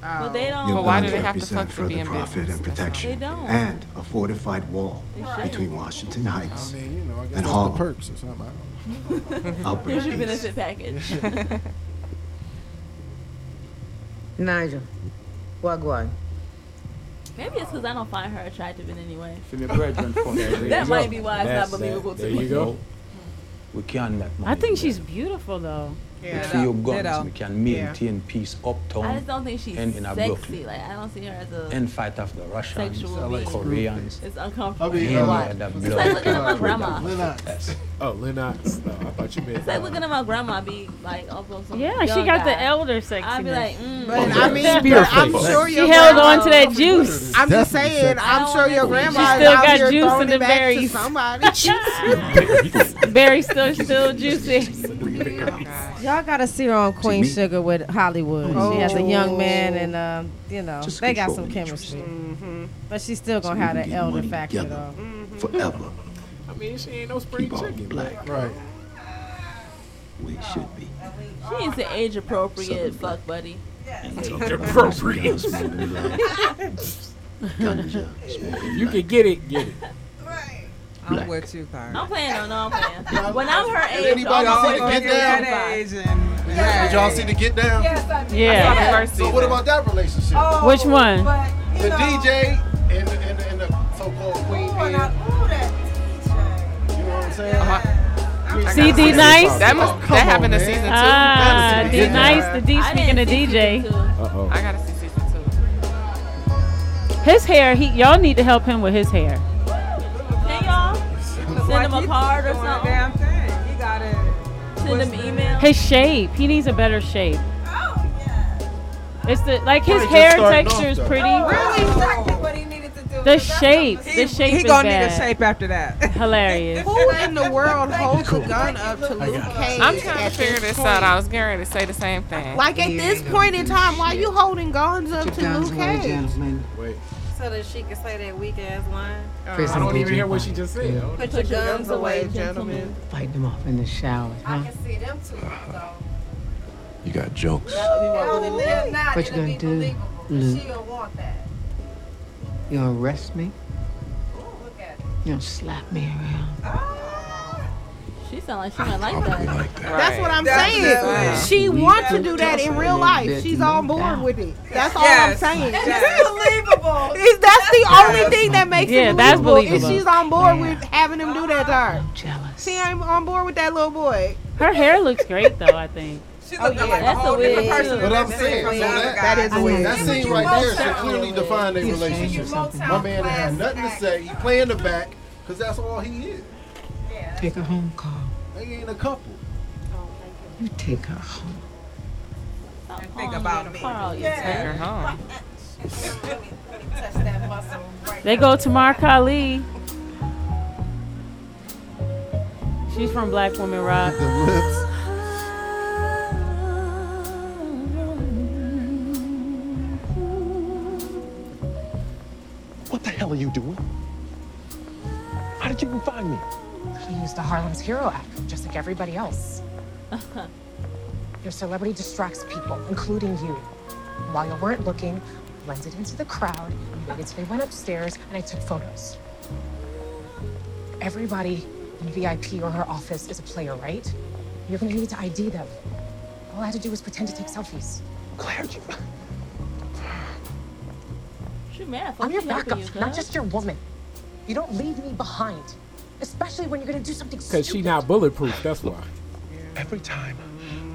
Speaker 6: But they don't.
Speaker 23: Your
Speaker 9: why do they
Speaker 23: contract
Speaker 9: have to
Speaker 23: designed
Speaker 9: fuck to
Speaker 23: further
Speaker 9: be in
Speaker 23: profit
Speaker 9: business?
Speaker 23: and protection,
Speaker 6: They don't.
Speaker 23: and a fortified wall between Washington Heights
Speaker 7: I mean, you know, I guess
Speaker 23: and
Speaker 7: that's the
Speaker 23: Harlem.
Speaker 7: perks or something. I don't know.
Speaker 6: Here's your benefit package.
Speaker 10: Nigel, Wagwan.
Speaker 6: Maybe it's because I don't find her attractive in any way.
Speaker 5: There
Speaker 6: that
Speaker 5: you
Speaker 6: might
Speaker 5: go.
Speaker 6: be why it's
Speaker 5: That's
Speaker 6: not
Speaker 5: that.
Speaker 6: believable to
Speaker 5: There
Speaker 6: me.
Speaker 5: you go.
Speaker 22: We can make
Speaker 5: I
Speaker 22: money.
Speaker 5: think she's beautiful though.
Speaker 22: with your guns, we can maintain peace
Speaker 6: I
Speaker 22: uptown
Speaker 6: just don't think she's
Speaker 22: and in a
Speaker 6: sexy.
Speaker 22: Brooklyn.
Speaker 6: Like I don't see her as a
Speaker 22: and fight off the Russians,
Speaker 6: sexual being.
Speaker 22: Koreans.
Speaker 6: It's uncomfortable.
Speaker 22: I mean,
Speaker 6: to
Speaker 22: uh,
Speaker 6: watch.
Speaker 22: that
Speaker 6: It's
Speaker 22: blood
Speaker 6: like looking at my
Speaker 22: clot.
Speaker 6: grandma.
Speaker 2: Oh, Lennox. No, I thought you meant. uh,
Speaker 6: It's like looking at my grandma be like up on some
Speaker 5: Yeah, she
Speaker 6: young
Speaker 5: got the
Speaker 6: guy.
Speaker 5: elder
Speaker 6: I'd be
Speaker 5: sexiness.
Speaker 6: like, mm,
Speaker 4: But I mean, but
Speaker 5: Spear
Speaker 4: I'm
Speaker 5: face.
Speaker 4: sure
Speaker 5: She
Speaker 4: your
Speaker 5: held
Speaker 4: grandma-
Speaker 5: on to that juice.
Speaker 4: I'm just
Speaker 5: Definitely
Speaker 4: saying,
Speaker 5: sexy.
Speaker 4: I'm sure your grandma
Speaker 5: She
Speaker 4: is
Speaker 5: still
Speaker 4: out
Speaker 5: got
Speaker 4: here
Speaker 5: juice
Speaker 4: throwing
Speaker 5: in
Speaker 4: it
Speaker 5: the
Speaker 4: back to
Speaker 5: berries.
Speaker 4: somebody.
Speaker 5: Berry still still juicy.
Speaker 10: Y'all gotta see her on Queen
Speaker 5: me.
Speaker 10: Sugar with Hollywood. She has a young man, and um, you know
Speaker 23: Just
Speaker 10: they got
Speaker 23: control
Speaker 10: some
Speaker 23: the
Speaker 10: chemistry. But she's still
Speaker 23: So
Speaker 10: gonna
Speaker 23: we
Speaker 10: have
Speaker 23: can
Speaker 10: that
Speaker 23: get
Speaker 10: elder
Speaker 23: money
Speaker 10: factor
Speaker 23: together
Speaker 10: though.
Speaker 23: forever.
Speaker 2: I mean, she ain't no spring
Speaker 23: Keep on
Speaker 2: chicken.
Speaker 23: black.
Speaker 2: Right.
Speaker 23: We should be.
Speaker 6: She needs an age appropriate fuck buddy.
Speaker 23: Appropriate. Ganja,
Speaker 2: You can get it, get it.
Speaker 23: Black.
Speaker 3: I'm with you, Kyra.
Speaker 6: I'm playing on, no, I'm playing. When I'm her
Speaker 3: Did
Speaker 6: age,
Speaker 3: anybody
Speaker 6: I'm
Speaker 3: see the
Speaker 6: always
Speaker 3: Get
Speaker 6: gonna
Speaker 3: Down?
Speaker 6: come by.
Speaker 3: Did
Speaker 7: y'all see the Get Down?
Speaker 3: Yes, I
Speaker 5: did. Yeah. I saw the first
Speaker 7: So what
Speaker 5: season.
Speaker 7: about that relationship?
Speaker 5: Oh, Which one?
Speaker 3: but, you
Speaker 7: the
Speaker 3: know-
Speaker 7: DJ and the, and the, and the so-called queen. bee. You know what I'm saying?
Speaker 5: See D Nice.
Speaker 9: That must
Speaker 5: Come
Speaker 9: that
Speaker 5: on,
Speaker 9: happened in
Speaker 5: man.
Speaker 9: season two.
Speaker 5: Ah,
Speaker 9: That was
Speaker 5: D
Speaker 9: season
Speaker 5: Nice,
Speaker 9: two.
Speaker 5: the D speaking to DJ.
Speaker 2: Uh-oh.
Speaker 9: I gotta see season two.
Speaker 5: His hair, he y'all need to help him with his hair.
Speaker 6: Can y'all send him a card or something?
Speaker 3: Damn thing. You gotta
Speaker 6: Send him an email.
Speaker 5: His shape, he needs a better shape. Oh yeah. It's the like
Speaker 3: Right,
Speaker 5: his
Speaker 3: just
Speaker 5: hair
Speaker 3: starting off,
Speaker 5: texture is
Speaker 3: though.
Speaker 5: pretty.
Speaker 6: Oh,
Speaker 3: Really? Exactly what he needed to do.
Speaker 5: The shape,
Speaker 3: He-
Speaker 5: the shape
Speaker 3: he
Speaker 5: is
Speaker 3: gonna
Speaker 5: bad.
Speaker 3: need a shape after that.
Speaker 5: Hilarious.
Speaker 4: Who in the world holds a gun up to Luke Cage?
Speaker 9: I'm trying
Speaker 4: at
Speaker 9: to figure this
Speaker 4: point?
Speaker 9: out. I was getting ready to say the same thing.
Speaker 4: Like at this point in time, why you holding guns up to Luke Cage?
Speaker 1: gentlemen.
Speaker 12: So that she can say that weak ass line.
Speaker 1: Prison
Speaker 2: I don't even
Speaker 1: agent
Speaker 2: hear what she just said.
Speaker 1: Put
Speaker 12: Put your guns away, gentlemen.
Speaker 1: Fight them off in the shower, huh?
Speaker 12: see them two. That
Speaker 15: You got jokes.
Speaker 12: would be more not.
Speaker 1: What you gonna do, Luke? You gonna arrest me? You gonna slap me around?
Speaker 6: She sound like she might like that.
Speaker 4: That's what I'm saying.
Speaker 1: That's it.
Speaker 4: She
Speaker 1: We
Speaker 4: wants to
Speaker 1: got
Speaker 4: do
Speaker 1: to
Speaker 4: that
Speaker 1: touch
Speaker 4: in
Speaker 1: it
Speaker 4: real
Speaker 1: a
Speaker 4: life.
Speaker 1: bit,
Speaker 4: She's
Speaker 1: no
Speaker 4: on board
Speaker 1: doubt.
Speaker 4: with it. That's
Speaker 3: Yes,
Speaker 4: all I'm saying.
Speaker 3: yes.
Speaker 12: believable.
Speaker 4: Is that's the
Speaker 3: Yes.
Speaker 4: only thing that makes
Speaker 5: Yeah,
Speaker 4: it
Speaker 5: that's
Speaker 4: believable.
Speaker 5: believable.
Speaker 4: Is she's on board with having him do that to her? See, I'm on board with that little boy.
Speaker 5: Her hair looks great though, I think.
Speaker 3: She looked like a whole different person.
Speaker 7: But
Speaker 3: than
Speaker 7: I'm
Speaker 3: that
Speaker 7: saying, so
Speaker 3: same
Speaker 7: that,
Speaker 3: guy.
Speaker 7: That scene right there should clearly define their relationship. My man had nothing to say. He playing the back because that's all he is.
Speaker 1: Take her home, Carl.
Speaker 7: They ain't a couple.
Speaker 1: You take her home.
Speaker 3: And think about me.
Speaker 9: Take her home.
Speaker 5: They go to Mar Khali. She's from Black Woman Rock.
Speaker 22: What the hell are you doing? How did you even find me?
Speaker 11: You use the Harlem's Hero Act, just like everybody else. Your celebrity distracts people, including you. While you weren't looking, blended into the crowd, you waited till they went upstairs, and I took photos. Everybody in VIP or her office is a player, right? You're gonna need to ID them. All I had to do was pretend to take selfies.
Speaker 22: Claire, you.
Speaker 6: She mad.
Speaker 11: I'm your
Speaker 6: Fuck you,
Speaker 11: backup,
Speaker 6: you
Speaker 11: not
Speaker 6: cunt.
Speaker 11: just your woman. You don't leave me behind, especially when you're gonna do something stupid.
Speaker 2: Because she not bulletproof. That's why.
Speaker 22: Every time.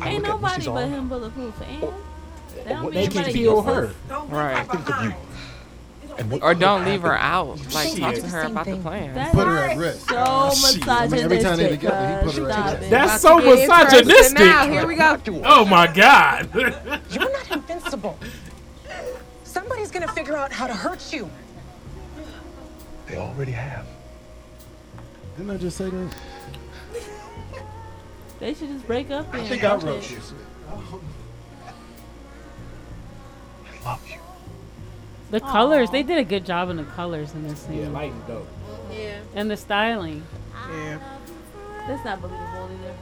Speaker 22: I
Speaker 6: Ain't
Speaker 22: look at what
Speaker 6: nobody
Speaker 22: she's
Speaker 6: but
Speaker 22: on.
Speaker 6: him bulletproof. And that don't
Speaker 22: what
Speaker 6: mean
Speaker 2: They can
Speaker 6: nobody
Speaker 2: kill
Speaker 6: useless.
Speaker 2: her.
Speaker 9: Right.
Speaker 22: Think of you. And what
Speaker 9: Or
Speaker 22: could
Speaker 9: don't leave
Speaker 22: happen-
Speaker 9: her out. Like,
Speaker 22: Shit.
Speaker 9: talk to her about the plan.
Speaker 6: That
Speaker 7: Put her
Speaker 6: is
Speaker 7: at risk. Oh,
Speaker 6: So
Speaker 7: Shit. I mean,
Speaker 6: misogynistic.
Speaker 7: every time they together, he put her at
Speaker 6: Stop
Speaker 7: risk.
Speaker 6: it.
Speaker 2: That's so
Speaker 11: to get his
Speaker 2: misogynistic.
Speaker 11: person out. Here we go.
Speaker 2: Oh my god.
Speaker 11: You're not invincible. Somebody's gonna figure out how to hurt you.
Speaker 22: They already have.
Speaker 7: Didn't I just say that?
Speaker 6: They should just break up.
Speaker 7: I
Speaker 6: then.
Speaker 7: think I
Speaker 6: Fuck
Speaker 7: wrote
Speaker 6: it.
Speaker 7: you.
Speaker 5: The colors, they did a good job in the colors in this scene.
Speaker 2: Yeah, light and dope.
Speaker 6: Yeah,
Speaker 5: And the styling.
Speaker 4: Yeah.
Speaker 6: that's not believable either.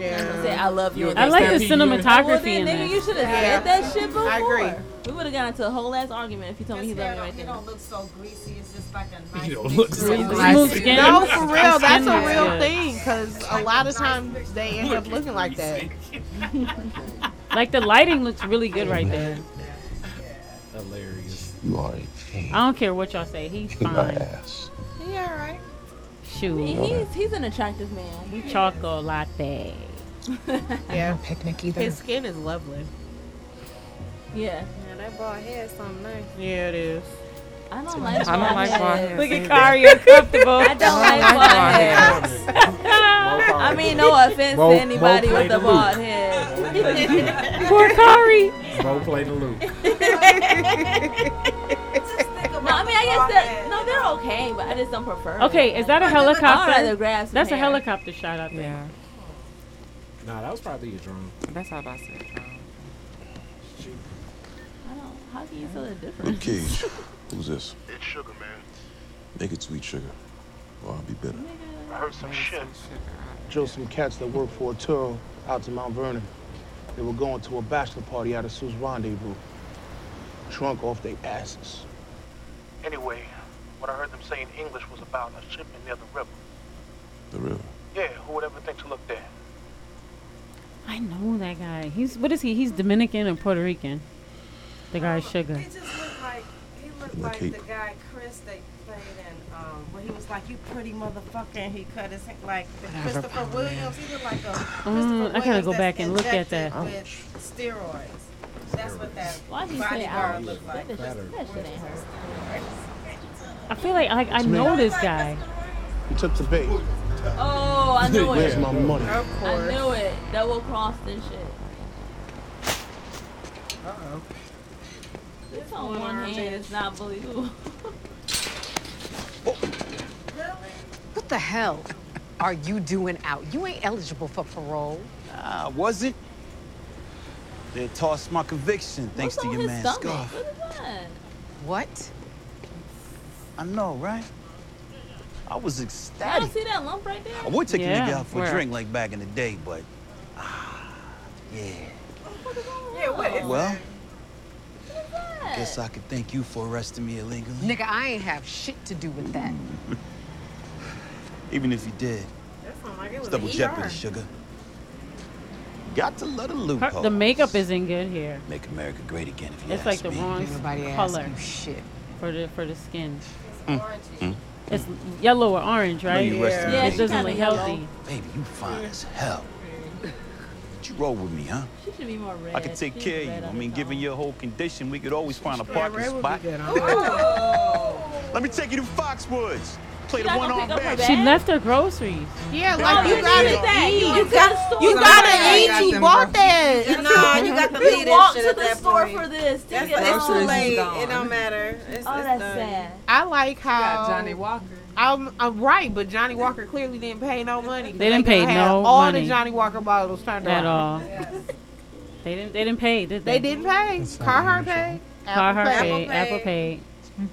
Speaker 4: Yeah.
Speaker 6: I'm gonna Say I love you.
Speaker 5: I like the
Speaker 6: Well,
Speaker 5: cinematography in
Speaker 6: then, nigga, you
Speaker 5: this.
Speaker 6: should have
Speaker 4: Yeah.
Speaker 6: said that shit before.
Speaker 4: I agree.
Speaker 6: We would have gotten into a whole ass argument if you told me he loved me right
Speaker 10: It
Speaker 6: there.
Speaker 10: don't look so greasy. It's just like a nice.
Speaker 2: You don't
Speaker 10: mix
Speaker 2: look
Speaker 10: of-
Speaker 2: so
Speaker 4: No, for
Speaker 2: greasy.
Speaker 4: real, that's
Speaker 5: Skin
Speaker 4: a
Speaker 5: is
Speaker 4: real
Speaker 5: good.
Speaker 4: thing because a lot of times they end up looking like that.
Speaker 5: Like the lighting looks really good right there.
Speaker 2: Hilarious.
Speaker 22: You are a
Speaker 5: I
Speaker 22: king.
Speaker 5: don't care what y'all say. He's
Speaker 22: in my
Speaker 5: fine.
Speaker 22: ass.
Speaker 6: He alright.
Speaker 5: Shoot.
Speaker 6: He's he's an attractive man. We
Speaker 5: Chocolate latte.
Speaker 4: Yeah.
Speaker 11: No picnic either.
Speaker 4: His skin is lovely.
Speaker 6: Yeah.
Speaker 12: Yeah, that bald head something nice.
Speaker 4: Yeah, it is.
Speaker 6: I don't like.
Speaker 9: I don't like blonde hair.
Speaker 5: Look at Kari, uncomfortable.
Speaker 6: I don't like blonde hair. I mean, no offense
Speaker 2: Mo-
Speaker 6: to anybody
Speaker 2: Mo
Speaker 6: with
Speaker 2: played the
Speaker 6: a
Speaker 2: loop.
Speaker 6: bald head.
Speaker 5: Poor Kari.
Speaker 2: Bo play the loop.
Speaker 6: No, I mean, I guess that no, they're okay, but I just don't prefer. it.
Speaker 5: Okay, is that a
Speaker 6: I'd rather
Speaker 5: helicopter?
Speaker 6: grab some
Speaker 5: That's a
Speaker 6: hair.
Speaker 5: helicopter shot out there.
Speaker 9: Yeah.
Speaker 2: Nah, that was probably a drone.
Speaker 9: That's how I said.
Speaker 6: I don't. How can you tell the
Speaker 15: Luke
Speaker 6: difference?
Speaker 15: Cage. Who's this?
Speaker 13: It's sugar, man.
Speaker 15: Make it sweet sugar, or I'll be bitter.
Speaker 13: I heard some shit.
Speaker 22: Drove some cats that work for Arturo out to Mount Vernon. They were going to a bachelor party out of Sue's rendezvous. Drunk off their asses.
Speaker 13: Anyway, what I heard them saying English was about a shipment near the river.
Speaker 15: The river.
Speaker 13: Yeah, who would ever think to look there?
Speaker 5: I know that guy. He's what is he? He's Dominican and Puerto Rican. The guy Sugar.
Speaker 10: He just looked like he looked like the guy Chris they played in um where he was like you pretty motherfucker and he cut his hand like the Christopher Williams. He looked like a Christopher
Speaker 5: Mm, I gotta go
Speaker 10: Williams
Speaker 5: back and look at
Speaker 10: that's
Speaker 5: that.
Speaker 10: injected With steroids. That's what that
Speaker 6: Why he say I
Speaker 10: bodyguard
Speaker 6: look
Speaker 10: looked like.
Speaker 6: like that? Is just, that shit ain't her.
Speaker 5: I feel like I, I know this guy.
Speaker 22: You took the bait.
Speaker 6: Oh, I knew
Speaker 22: Where's
Speaker 6: it.
Speaker 22: my money?
Speaker 6: I knew it. Double crossed and shit.
Speaker 4: Uh oh.
Speaker 6: It's on one hand. It's not believable.
Speaker 11: What the hell are you doing out? You ain't eligible for parole.
Speaker 24: I wasn't. They tossed my conviction thanks to your man Scarf.
Speaker 6: Look at that.
Speaker 24: What? I know, right? I was
Speaker 6: You don't
Speaker 24: ecstatic.
Speaker 6: see that lump right there?
Speaker 24: I would take a nigga
Speaker 6: Yeah,
Speaker 24: out for
Speaker 6: where?
Speaker 24: a drink like back in the day, but ah, yeah.
Speaker 6: Yeah, what is
Speaker 24: Well, I guess I could thank you for arresting me illegally.
Speaker 11: Nigga, I ain't have shit to do with that.
Speaker 24: Even if you did, it's double jeopardy, sugar. Got to love the
Speaker 5: Her,
Speaker 24: loophole.
Speaker 5: the makeup isn't good here.
Speaker 24: Make America great again, if you
Speaker 5: It's
Speaker 24: ask
Speaker 5: like the
Speaker 24: me.
Speaker 5: wrong
Speaker 24: Everybody ask
Speaker 5: color
Speaker 24: you shit.
Speaker 5: for the for the skin.
Speaker 24: Mm, mm.
Speaker 5: It's yellow or orange,
Speaker 24: No,
Speaker 5: right?
Speaker 24: you rest in
Speaker 5: It
Speaker 24: peace.
Speaker 5: doesn't look healthy.
Speaker 24: Baby, you fine as hell. But you roll with me, huh?
Speaker 6: She should be more red.
Speaker 24: I could take
Speaker 6: She's
Speaker 24: care of
Speaker 6: red
Speaker 24: you. I
Speaker 6: on
Speaker 24: mean,
Speaker 6: the
Speaker 24: given your whole condition, we could always find a
Speaker 6: Yeah,
Speaker 24: parking
Speaker 6: red would be
Speaker 24: spot.
Speaker 6: good, huh?
Speaker 24: Let me take you to Foxwoods. Play
Speaker 6: She
Speaker 24: the
Speaker 6: not
Speaker 24: one
Speaker 6: gonna
Speaker 24: on
Speaker 6: pick up her
Speaker 24: bag.
Speaker 5: She left Oh, her groceries.
Speaker 4: Yeah,
Speaker 24: like, you gotta eat.
Speaker 4: You
Speaker 6: You
Speaker 4: got-
Speaker 6: got E
Speaker 4: you gotta eat. She bought that.
Speaker 12: Nah, you got to leave
Speaker 6: You
Speaker 12: that
Speaker 6: walked
Speaker 12: shit
Speaker 6: to
Speaker 12: at
Speaker 6: the
Speaker 12: that
Speaker 6: store
Speaker 12: point.
Speaker 6: for this. to
Speaker 12: That's
Speaker 6: get
Speaker 12: why it's too
Speaker 6: home.
Speaker 12: late. It don't matter. It's,
Speaker 6: Oh,
Speaker 12: it's
Speaker 6: that's
Speaker 12: done.
Speaker 6: sad.
Speaker 4: I like how
Speaker 12: got Johnny
Speaker 4: Walker. I'm, I'm right, but Johnny Walker clearly didn't pay no money.
Speaker 5: They didn't pay
Speaker 4: could have
Speaker 5: no
Speaker 4: all
Speaker 5: money.
Speaker 4: the Johnny Walker bottles turned
Speaker 5: At all.
Speaker 4: around.
Speaker 5: They didn't. They didn't pay, did
Speaker 4: They
Speaker 5: they?
Speaker 4: didn't pay. Carhartt paid. Apple
Speaker 5: Carhartt paid. Apple paid.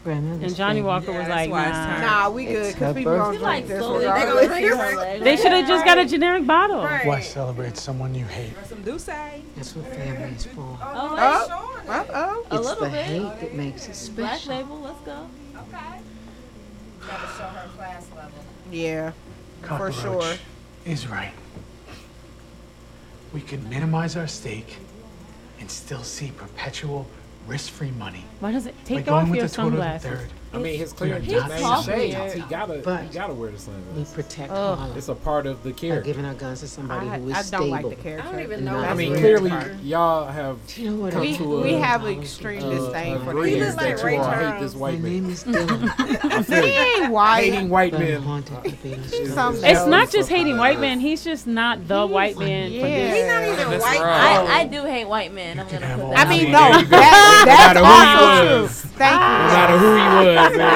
Speaker 5: And Johnny Walker was like, nah.
Speaker 4: Nah, we good because people gonna drink this regardless.
Speaker 5: They should have just got a generic bottle.
Speaker 18: Why celebrate someone you hate?
Speaker 12: Some do say.
Speaker 1: That's what family is for.
Speaker 6: Oh,
Speaker 4: Oh, oh, oh.
Speaker 6: A
Speaker 1: It's
Speaker 6: little
Speaker 1: the
Speaker 6: bit.
Speaker 1: hate that makes it
Speaker 6: Black
Speaker 1: special.
Speaker 6: label, let's go. Okay.
Speaker 10: Gotta show her class level.
Speaker 4: Yeah, for
Speaker 18: Cockroach
Speaker 4: sure.
Speaker 18: Is right. We could minimize our stake and still see perpetual risk-free money.
Speaker 5: Why does it
Speaker 18: By
Speaker 5: take
Speaker 18: going
Speaker 5: off
Speaker 18: with
Speaker 5: your
Speaker 18: the total
Speaker 5: sunglasses?
Speaker 18: third.
Speaker 2: I mean, his
Speaker 18: We are
Speaker 2: clearance
Speaker 18: not
Speaker 2: is
Speaker 18: selling
Speaker 2: not shades.
Speaker 18: out.
Speaker 2: He gotta, he
Speaker 1: But-
Speaker 2: gotta wear the sunglasses.
Speaker 1: We protect
Speaker 2: Ugh.
Speaker 1: Harlem.
Speaker 2: It's a part of the
Speaker 1: By
Speaker 2: character.
Speaker 1: giving our guns to somebody
Speaker 4: I,
Speaker 1: who is
Speaker 4: I
Speaker 1: stable.
Speaker 4: don't like the character.
Speaker 1: And not
Speaker 2: I mean,
Speaker 1: weird.
Speaker 2: clearly y'all have
Speaker 1: You know what
Speaker 2: come
Speaker 1: I-
Speaker 2: to a,
Speaker 4: we have an extreme disdain for
Speaker 2: agreement
Speaker 4: him. He look
Speaker 2: that
Speaker 4: like
Speaker 2: you
Speaker 4: Ray
Speaker 2: all hate
Speaker 4: Charles.
Speaker 2: this white man.
Speaker 4: He ain't white.
Speaker 2: Hating white
Speaker 1: But
Speaker 2: men.
Speaker 1: haunted by being
Speaker 2: It's
Speaker 1: strong.
Speaker 5: It's not just hating white men. He's just not the white man for this.
Speaker 4: He's not even
Speaker 9: white.
Speaker 6: I, I do hate white men. I'm gonna put
Speaker 4: I
Speaker 6: that.
Speaker 4: mean,
Speaker 2: Yeah,
Speaker 4: no,
Speaker 2: you
Speaker 4: that, that's
Speaker 2: No matter who he
Speaker 4: also
Speaker 2: was.
Speaker 4: true. Thank
Speaker 2: No
Speaker 4: you.
Speaker 2: matter who he was, man.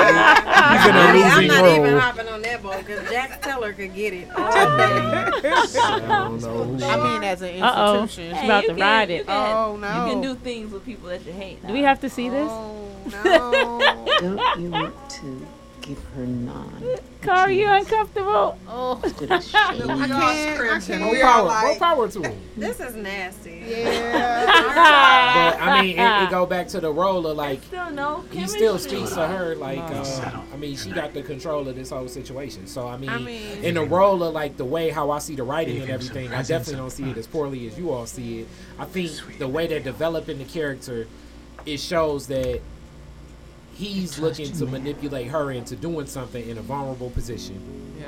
Speaker 12: Honey, I'm
Speaker 2: He's in
Speaker 12: not
Speaker 2: a losing
Speaker 12: even
Speaker 2: role.
Speaker 12: hopping on that boat because Jack Teller could get it. all day.
Speaker 2: I don't know who.
Speaker 4: I mean, as an
Speaker 5: Uh-oh.
Speaker 4: institution.
Speaker 5: She's about
Speaker 6: you
Speaker 5: to
Speaker 6: can-
Speaker 5: ride
Speaker 6: you
Speaker 5: it.
Speaker 6: can-
Speaker 4: Oh,
Speaker 6: You
Speaker 4: no.
Speaker 6: can do things with people that you hate.
Speaker 5: Do we have to see this?
Speaker 12: Oh,
Speaker 4: No.
Speaker 1: Don't you want to give her none?
Speaker 5: Car, you uncomfortable?
Speaker 4: Oh, I
Speaker 12: We all scripted.
Speaker 2: More
Speaker 12: We all
Speaker 2: power, more
Speaker 12: like,
Speaker 2: power to him.
Speaker 12: this is nasty.
Speaker 2: But I mean, it, it go back to the role of like
Speaker 6: Still no
Speaker 2: he
Speaker 6: chemistry.
Speaker 2: still speaks to her like uh, I mean she got the control of this whole situation. So I mean,
Speaker 4: I mean-
Speaker 2: in the role of like the way how I see the writing and
Speaker 21: Gave him some
Speaker 2: everything, I
Speaker 21: presence
Speaker 2: definitely
Speaker 21: up
Speaker 2: don't see it as poorly as you all see it. I think the way they're developing the character, it shows that he's looking to manipulate her into doing something in a vulnerable position.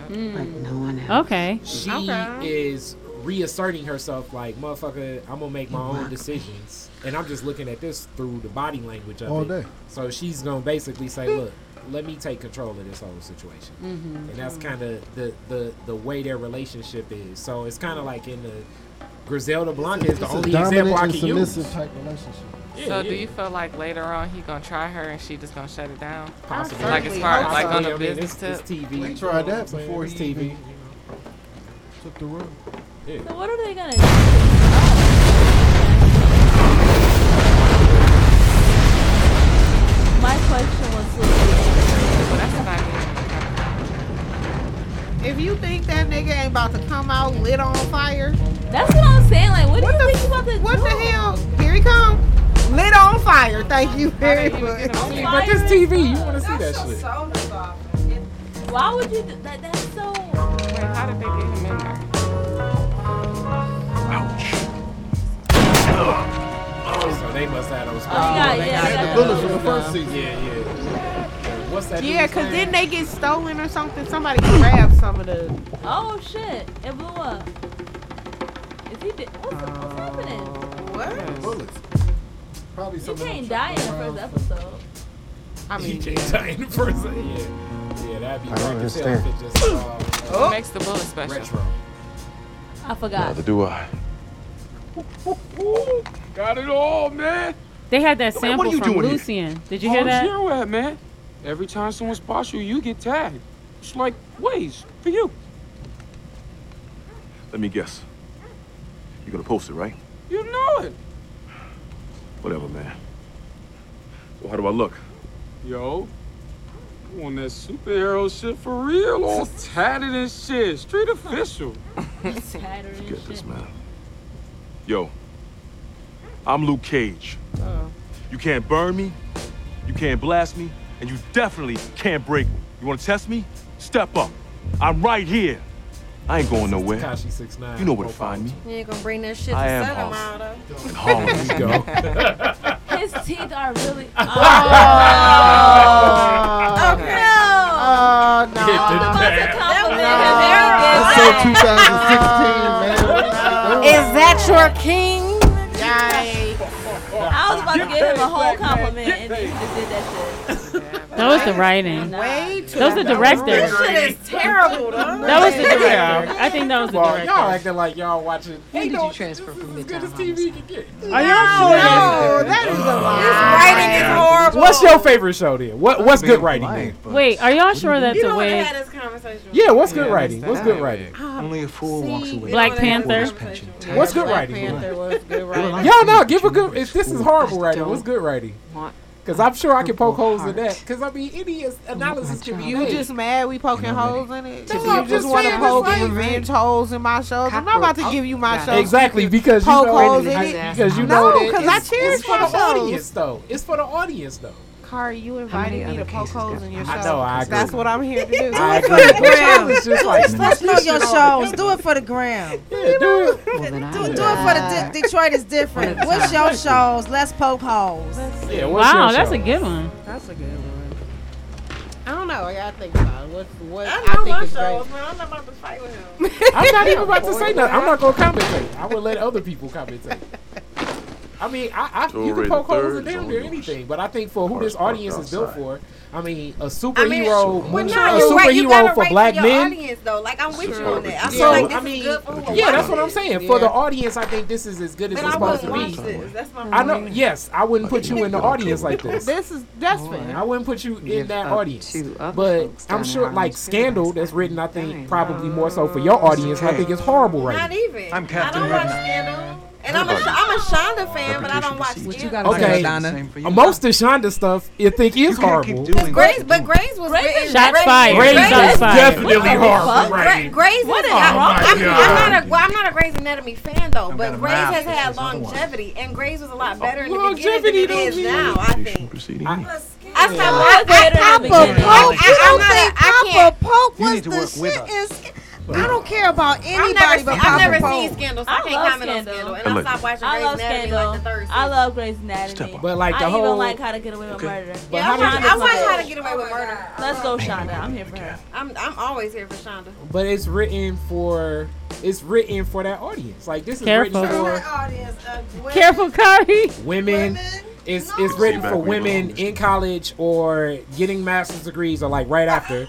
Speaker 6: Mm.
Speaker 1: Like no one else.
Speaker 5: Okay.
Speaker 2: She
Speaker 4: Okay.
Speaker 2: is reasserting herself like motherfucker i'm gonna make my own decisions and i'm just looking at this through the body language of
Speaker 7: All
Speaker 2: it.
Speaker 7: day.
Speaker 2: So she's gonna basically say, "Look, let me take control of this whole situation," and that's kind of the, the the way their relationship is. So it's kind of like in the Griselda Blanca is the
Speaker 7: It's
Speaker 2: only
Speaker 7: a dominant
Speaker 2: example I
Speaker 7: and
Speaker 2: can use.
Speaker 7: submissive type relationship.
Speaker 2: Yeah,
Speaker 9: So
Speaker 2: yeah.
Speaker 9: do you feel like later on he gonna try her and she just gonna shut it down?
Speaker 2: Possibly.
Speaker 9: Like as far as like on
Speaker 2: Possibly.
Speaker 9: a
Speaker 2: I mean,
Speaker 9: business
Speaker 2: it's,
Speaker 9: tip.
Speaker 2: it's TV.
Speaker 7: We tried
Speaker 2: You know what I'm
Speaker 7: that
Speaker 2: saying?
Speaker 7: before
Speaker 2: It's
Speaker 7: he
Speaker 2: TV.
Speaker 7: even took the room.
Speaker 2: Yeah.
Speaker 6: So what are they gonna do? My question was
Speaker 9: Well, that's about it.
Speaker 4: If you think that nigga ain't about to come out lit on fire,
Speaker 6: That's what I'm saying. Like, what,
Speaker 4: What
Speaker 6: do
Speaker 4: the
Speaker 6: you think you about to
Speaker 4: what
Speaker 6: do?
Speaker 4: the hell? Here he come. Lit on fire. Thank you very much.
Speaker 2: See, but this TV, you want to see that shit?
Speaker 10: Soda's off.
Speaker 6: Why would you? Do, that, that's so.
Speaker 9: Wait, how did they get him in there?
Speaker 2: So they must have those.
Speaker 6: yeah,
Speaker 2: they
Speaker 6: yeah,
Speaker 2: got
Speaker 6: yeah.
Speaker 2: the
Speaker 7: Bullets from the first
Speaker 2: Yeah,
Speaker 7: season.
Speaker 2: yeah. What's that?
Speaker 4: Yeah,
Speaker 2: dude's
Speaker 4: cause
Speaker 2: name?
Speaker 4: then they get stolen or something. Somebody grabbed some of the.
Speaker 6: Oh shit! It blew up. Is he? dead? What's, what's happening?
Speaker 12: What?
Speaker 7: Bullets. Probably
Speaker 6: You
Speaker 7: some
Speaker 6: can't die in the first episode.
Speaker 4: I
Speaker 2: He
Speaker 4: mean,
Speaker 2: can't die in the first. Yeah, yeah, that'd be
Speaker 18: I don't
Speaker 2: hard to tell
Speaker 18: understand.
Speaker 2: if it just uh,
Speaker 5: Oh.
Speaker 9: What makes the bullet special?
Speaker 2: retro.
Speaker 6: I forgot.
Speaker 15: Neither do I.
Speaker 9: Got it all, man.
Speaker 5: They had that sample
Speaker 9: what are you
Speaker 5: from
Speaker 9: doing here?
Speaker 5: Lucian. Did
Speaker 14: Oh,
Speaker 5: you hear that?
Speaker 8: zero at, man. Every time someone spots you, you get tagged. It's like ways for you.
Speaker 15: Let me guess. You're gonna post it, right?
Speaker 8: You know it.
Speaker 15: Whatever, man. Well, how do I look?
Speaker 8: Yo, you on that superhero shit for real? All tatted and shit. Street official.
Speaker 15: Forget this, man. Yo, I'm Luke Cage. You can't burn me, you can't blast me, and you definitely can't break me. You wanna test me? Step up. I'm right here. I ain't going nowhere.
Speaker 2: Takashi six nine. Oh.
Speaker 15: You know where to find me.
Speaker 12: You ain't gonna bring that shit to
Speaker 15: I am
Speaker 12: Southern
Speaker 15: awesome.
Speaker 12: Mall, though.
Speaker 15: In Harlem.
Speaker 2: There you go.
Speaker 6: His teeth are really.
Speaker 4: oh,
Speaker 6: Oh,
Speaker 4: oh no.
Speaker 6: no.
Speaker 4: That's
Speaker 7: That's so 2016, man.
Speaker 4: Is that
Speaker 9: That's your king.
Speaker 6: I was about to give him a whole compliment and then he just did that shit.
Speaker 5: That was the writing.
Speaker 4: Way
Speaker 5: That was the
Speaker 4: This
Speaker 5: director.
Speaker 4: shit is terrible. though.
Speaker 5: That was the director. I think that was the
Speaker 2: Well,
Speaker 5: director.
Speaker 2: y'all acting like y'all watching.
Speaker 5: When did you
Speaker 2: transfer from
Speaker 5: your
Speaker 2: time? TV can get.
Speaker 5: Are y'all sure?
Speaker 4: No, that is a lie. This writing is horrible.
Speaker 2: What's your favorite show then? What What's good writing? then?
Speaker 5: Wait, are y'all sure that's a wig?
Speaker 2: Yeah, what's good writing? What's good writing?
Speaker 23: Only a fool walks away.
Speaker 5: Black
Speaker 23: from a fool's
Speaker 5: Panther.
Speaker 23: pension.
Speaker 2: What's good
Speaker 23: Black
Speaker 2: writing?
Speaker 23: Panther
Speaker 2: was good
Speaker 23: writing.
Speaker 2: Y'all know, give a good. If this is horrible writing, what's good writing? Because I'm sure I can poke holes in that. Because I mean, any is- analysis can be
Speaker 4: You
Speaker 2: made.
Speaker 4: just mad we poking holes in it?
Speaker 2: To
Speaker 4: No,
Speaker 2: be
Speaker 4: I'm just
Speaker 2: just
Speaker 4: want to
Speaker 2: saying it's
Speaker 4: poke
Speaker 2: like-
Speaker 4: revenge holes in my shows. I'm not about to give you my shows.
Speaker 2: Exactly because you
Speaker 4: poke
Speaker 2: know
Speaker 4: holes in it.
Speaker 2: because you
Speaker 4: No,
Speaker 2: know that
Speaker 4: 'cause I
Speaker 2: it's-
Speaker 4: cheers
Speaker 2: it's for
Speaker 4: my
Speaker 2: the
Speaker 4: shows.
Speaker 2: audience though. It's for the audience though.
Speaker 4: Kari, you invited me to poke holes in your show.
Speaker 2: I know, I agree.
Speaker 4: That's what I'm here to do.
Speaker 2: I agree. It's just like,
Speaker 12: Let's know your shows. Do it for the gram.
Speaker 2: Yeah, do it.
Speaker 12: Do, do it for the De- Detroit is different. What's your shows? Let's poke holes.
Speaker 2: Yeah,
Speaker 5: what's Wow, your that's a shows? good one.
Speaker 4: That's a good one. I don't know. I gotta think about it. What, what I,
Speaker 10: I know
Speaker 4: think
Speaker 10: my
Speaker 4: is
Speaker 10: shows,
Speaker 4: great.
Speaker 10: man. I'm not about to fight with him.
Speaker 2: I'm not even about to say nothing. I'm not gonna commentate. I will let other people commentate. I mean, I, I you
Speaker 23: Tolerate
Speaker 2: can poke
Speaker 23: the
Speaker 2: holes in
Speaker 23: thirds,
Speaker 2: damn
Speaker 23: only
Speaker 2: near
Speaker 23: the
Speaker 2: anything, but I think for who
Speaker 23: cars
Speaker 2: this
Speaker 23: parked
Speaker 2: audience is built
Speaker 23: outside.
Speaker 2: for, I mean,
Speaker 3: I
Speaker 2: a
Speaker 3: mean,
Speaker 2: superhero,
Speaker 3: well,
Speaker 2: movie,
Speaker 3: no,
Speaker 2: a
Speaker 3: you right. You
Speaker 2: superhero
Speaker 3: gotta
Speaker 2: for
Speaker 3: write
Speaker 2: black
Speaker 3: your
Speaker 2: men.
Speaker 3: Audience, though. Like, I'm with you
Speaker 23: Sure.
Speaker 3: on that. I feel
Speaker 2: So,
Speaker 3: like this
Speaker 2: I
Speaker 3: is
Speaker 2: mean,
Speaker 3: good for who
Speaker 2: yeah,
Speaker 3: watches
Speaker 2: that's what I'm
Speaker 3: it.
Speaker 2: saying. For the audience, I think this is as good as
Speaker 3: But
Speaker 2: it's
Speaker 3: I
Speaker 2: supposed to
Speaker 3: wouldn't
Speaker 2: be.
Speaker 3: watch this. That's my
Speaker 2: I know.
Speaker 3: point.
Speaker 2: Yes, I wouldn't put you in the audience like this.
Speaker 4: This is that's fair.
Speaker 2: I wouldn't put you in
Speaker 4: Give
Speaker 2: that
Speaker 4: up
Speaker 2: audience. But I'm sure, like Scandal, that's written, I think, probably more so for your audience. and I think it's horrible right
Speaker 3: Not
Speaker 2: now.
Speaker 3: even.
Speaker 2: I'm
Speaker 3: I
Speaker 2: Captain
Speaker 3: don't watch
Speaker 2: Midnight.
Speaker 3: Scandal. And I'm a, Sh- I'm a Shonda fan, but I don't watch Scandal.
Speaker 2: Okay, most of Shonda stuff you think is horrible.
Speaker 3: Grace, but Grace was Grace written.
Speaker 5: Shots fired.
Speaker 2: Grace is definitely
Speaker 3: What the
Speaker 2: horrible
Speaker 3: fuck?
Speaker 2: writing.
Speaker 3: Gra- Grace is
Speaker 2: What is
Speaker 3: not-
Speaker 2: wrong?
Speaker 3: I'm,
Speaker 2: Oh my
Speaker 3: I'm not a well, I'm not a Grey's Anatomy fan though, but Grace
Speaker 2: mouth
Speaker 3: has
Speaker 2: to
Speaker 3: had
Speaker 2: say otherwise.
Speaker 3: longevity, and Grace was a lot better in the
Speaker 2: Longevity
Speaker 3: beginning than
Speaker 2: don't
Speaker 3: it is
Speaker 2: mean-
Speaker 3: now. I think.
Speaker 2: I-
Speaker 3: I stopped. I, I, Papa
Speaker 12: Papa
Speaker 3: Pope.
Speaker 12: Pope. You don't
Speaker 3: I,
Speaker 12: think
Speaker 3: I,
Speaker 12: Papa Pope
Speaker 3: You
Speaker 12: was
Speaker 3: need to
Speaker 12: the
Speaker 3: work with
Speaker 12: shit? Is I don't care about
Speaker 3: I'm
Speaker 12: anybody
Speaker 3: never, seen-
Speaker 12: but
Speaker 3: I've
Speaker 12: Papa
Speaker 3: never seen
Speaker 12: Pope.
Speaker 3: Scandal, so I,
Speaker 6: I
Speaker 3: can't
Speaker 6: love
Speaker 3: comment
Speaker 6: Scandal.
Speaker 3: on Scandal. And I stopped watching
Speaker 6: I
Speaker 3: Grey's
Speaker 6: love
Speaker 3: Anatomy
Speaker 6: Scandal.
Speaker 3: like the third
Speaker 6: I love Grey's Anatomy.
Speaker 2: But like the
Speaker 6: I
Speaker 2: whole-
Speaker 6: even like How to Get Away with Murder.
Speaker 2: But
Speaker 3: I
Speaker 2: how
Speaker 3: watch,
Speaker 2: did-
Speaker 3: I watch How to Get Away with Murder.
Speaker 6: Let's go, Shonda. I'm here for her.
Speaker 3: I'm, I'm always here for Shonda.
Speaker 2: But it's written for it's written for that audience. Like this is
Speaker 5: Careful.
Speaker 2: written
Speaker 5: What? Careful, Kari.
Speaker 2: for women. It's it's written for women in college or getting master's degrees or like right after.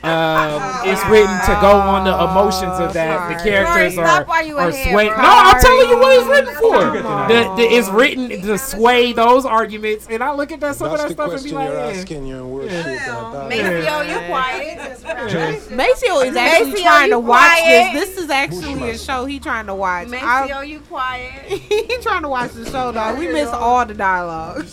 Speaker 2: Um, it's written to go on the emotions of that. The characters
Speaker 12: Sorry,
Speaker 2: are,
Speaker 12: stop while you
Speaker 2: are
Speaker 12: in here,
Speaker 2: swayed. No,
Speaker 12: bro.
Speaker 2: I'm telling you what it's written for. The, the, it's written to sway those arguments. And I look at that some
Speaker 22: That's
Speaker 2: of
Speaker 22: the
Speaker 2: that stuff and be
Speaker 22: question
Speaker 2: like,
Speaker 22: you're
Speaker 2: eh.
Speaker 22: asking. You're in weird
Speaker 2: Yeah.
Speaker 22: shit
Speaker 2: Uh,
Speaker 22: about
Speaker 3: Maceo,
Speaker 22: it.
Speaker 3: you quiet.
Speaker 4: Maceo is actually
Speaker 3: Maceo,
Speaker 4: trying to
Speaker 3: you
Speaker 4: watch
Speaker 3: quiet.
Speaker 4: this. This is actually a show he trying to watch.
Speaker 3: Maceo,
Speaker 4: I-
Speaker 3: you quiet.
Speaker 4: he trying to watch the show, dog. We miss all the dialogue.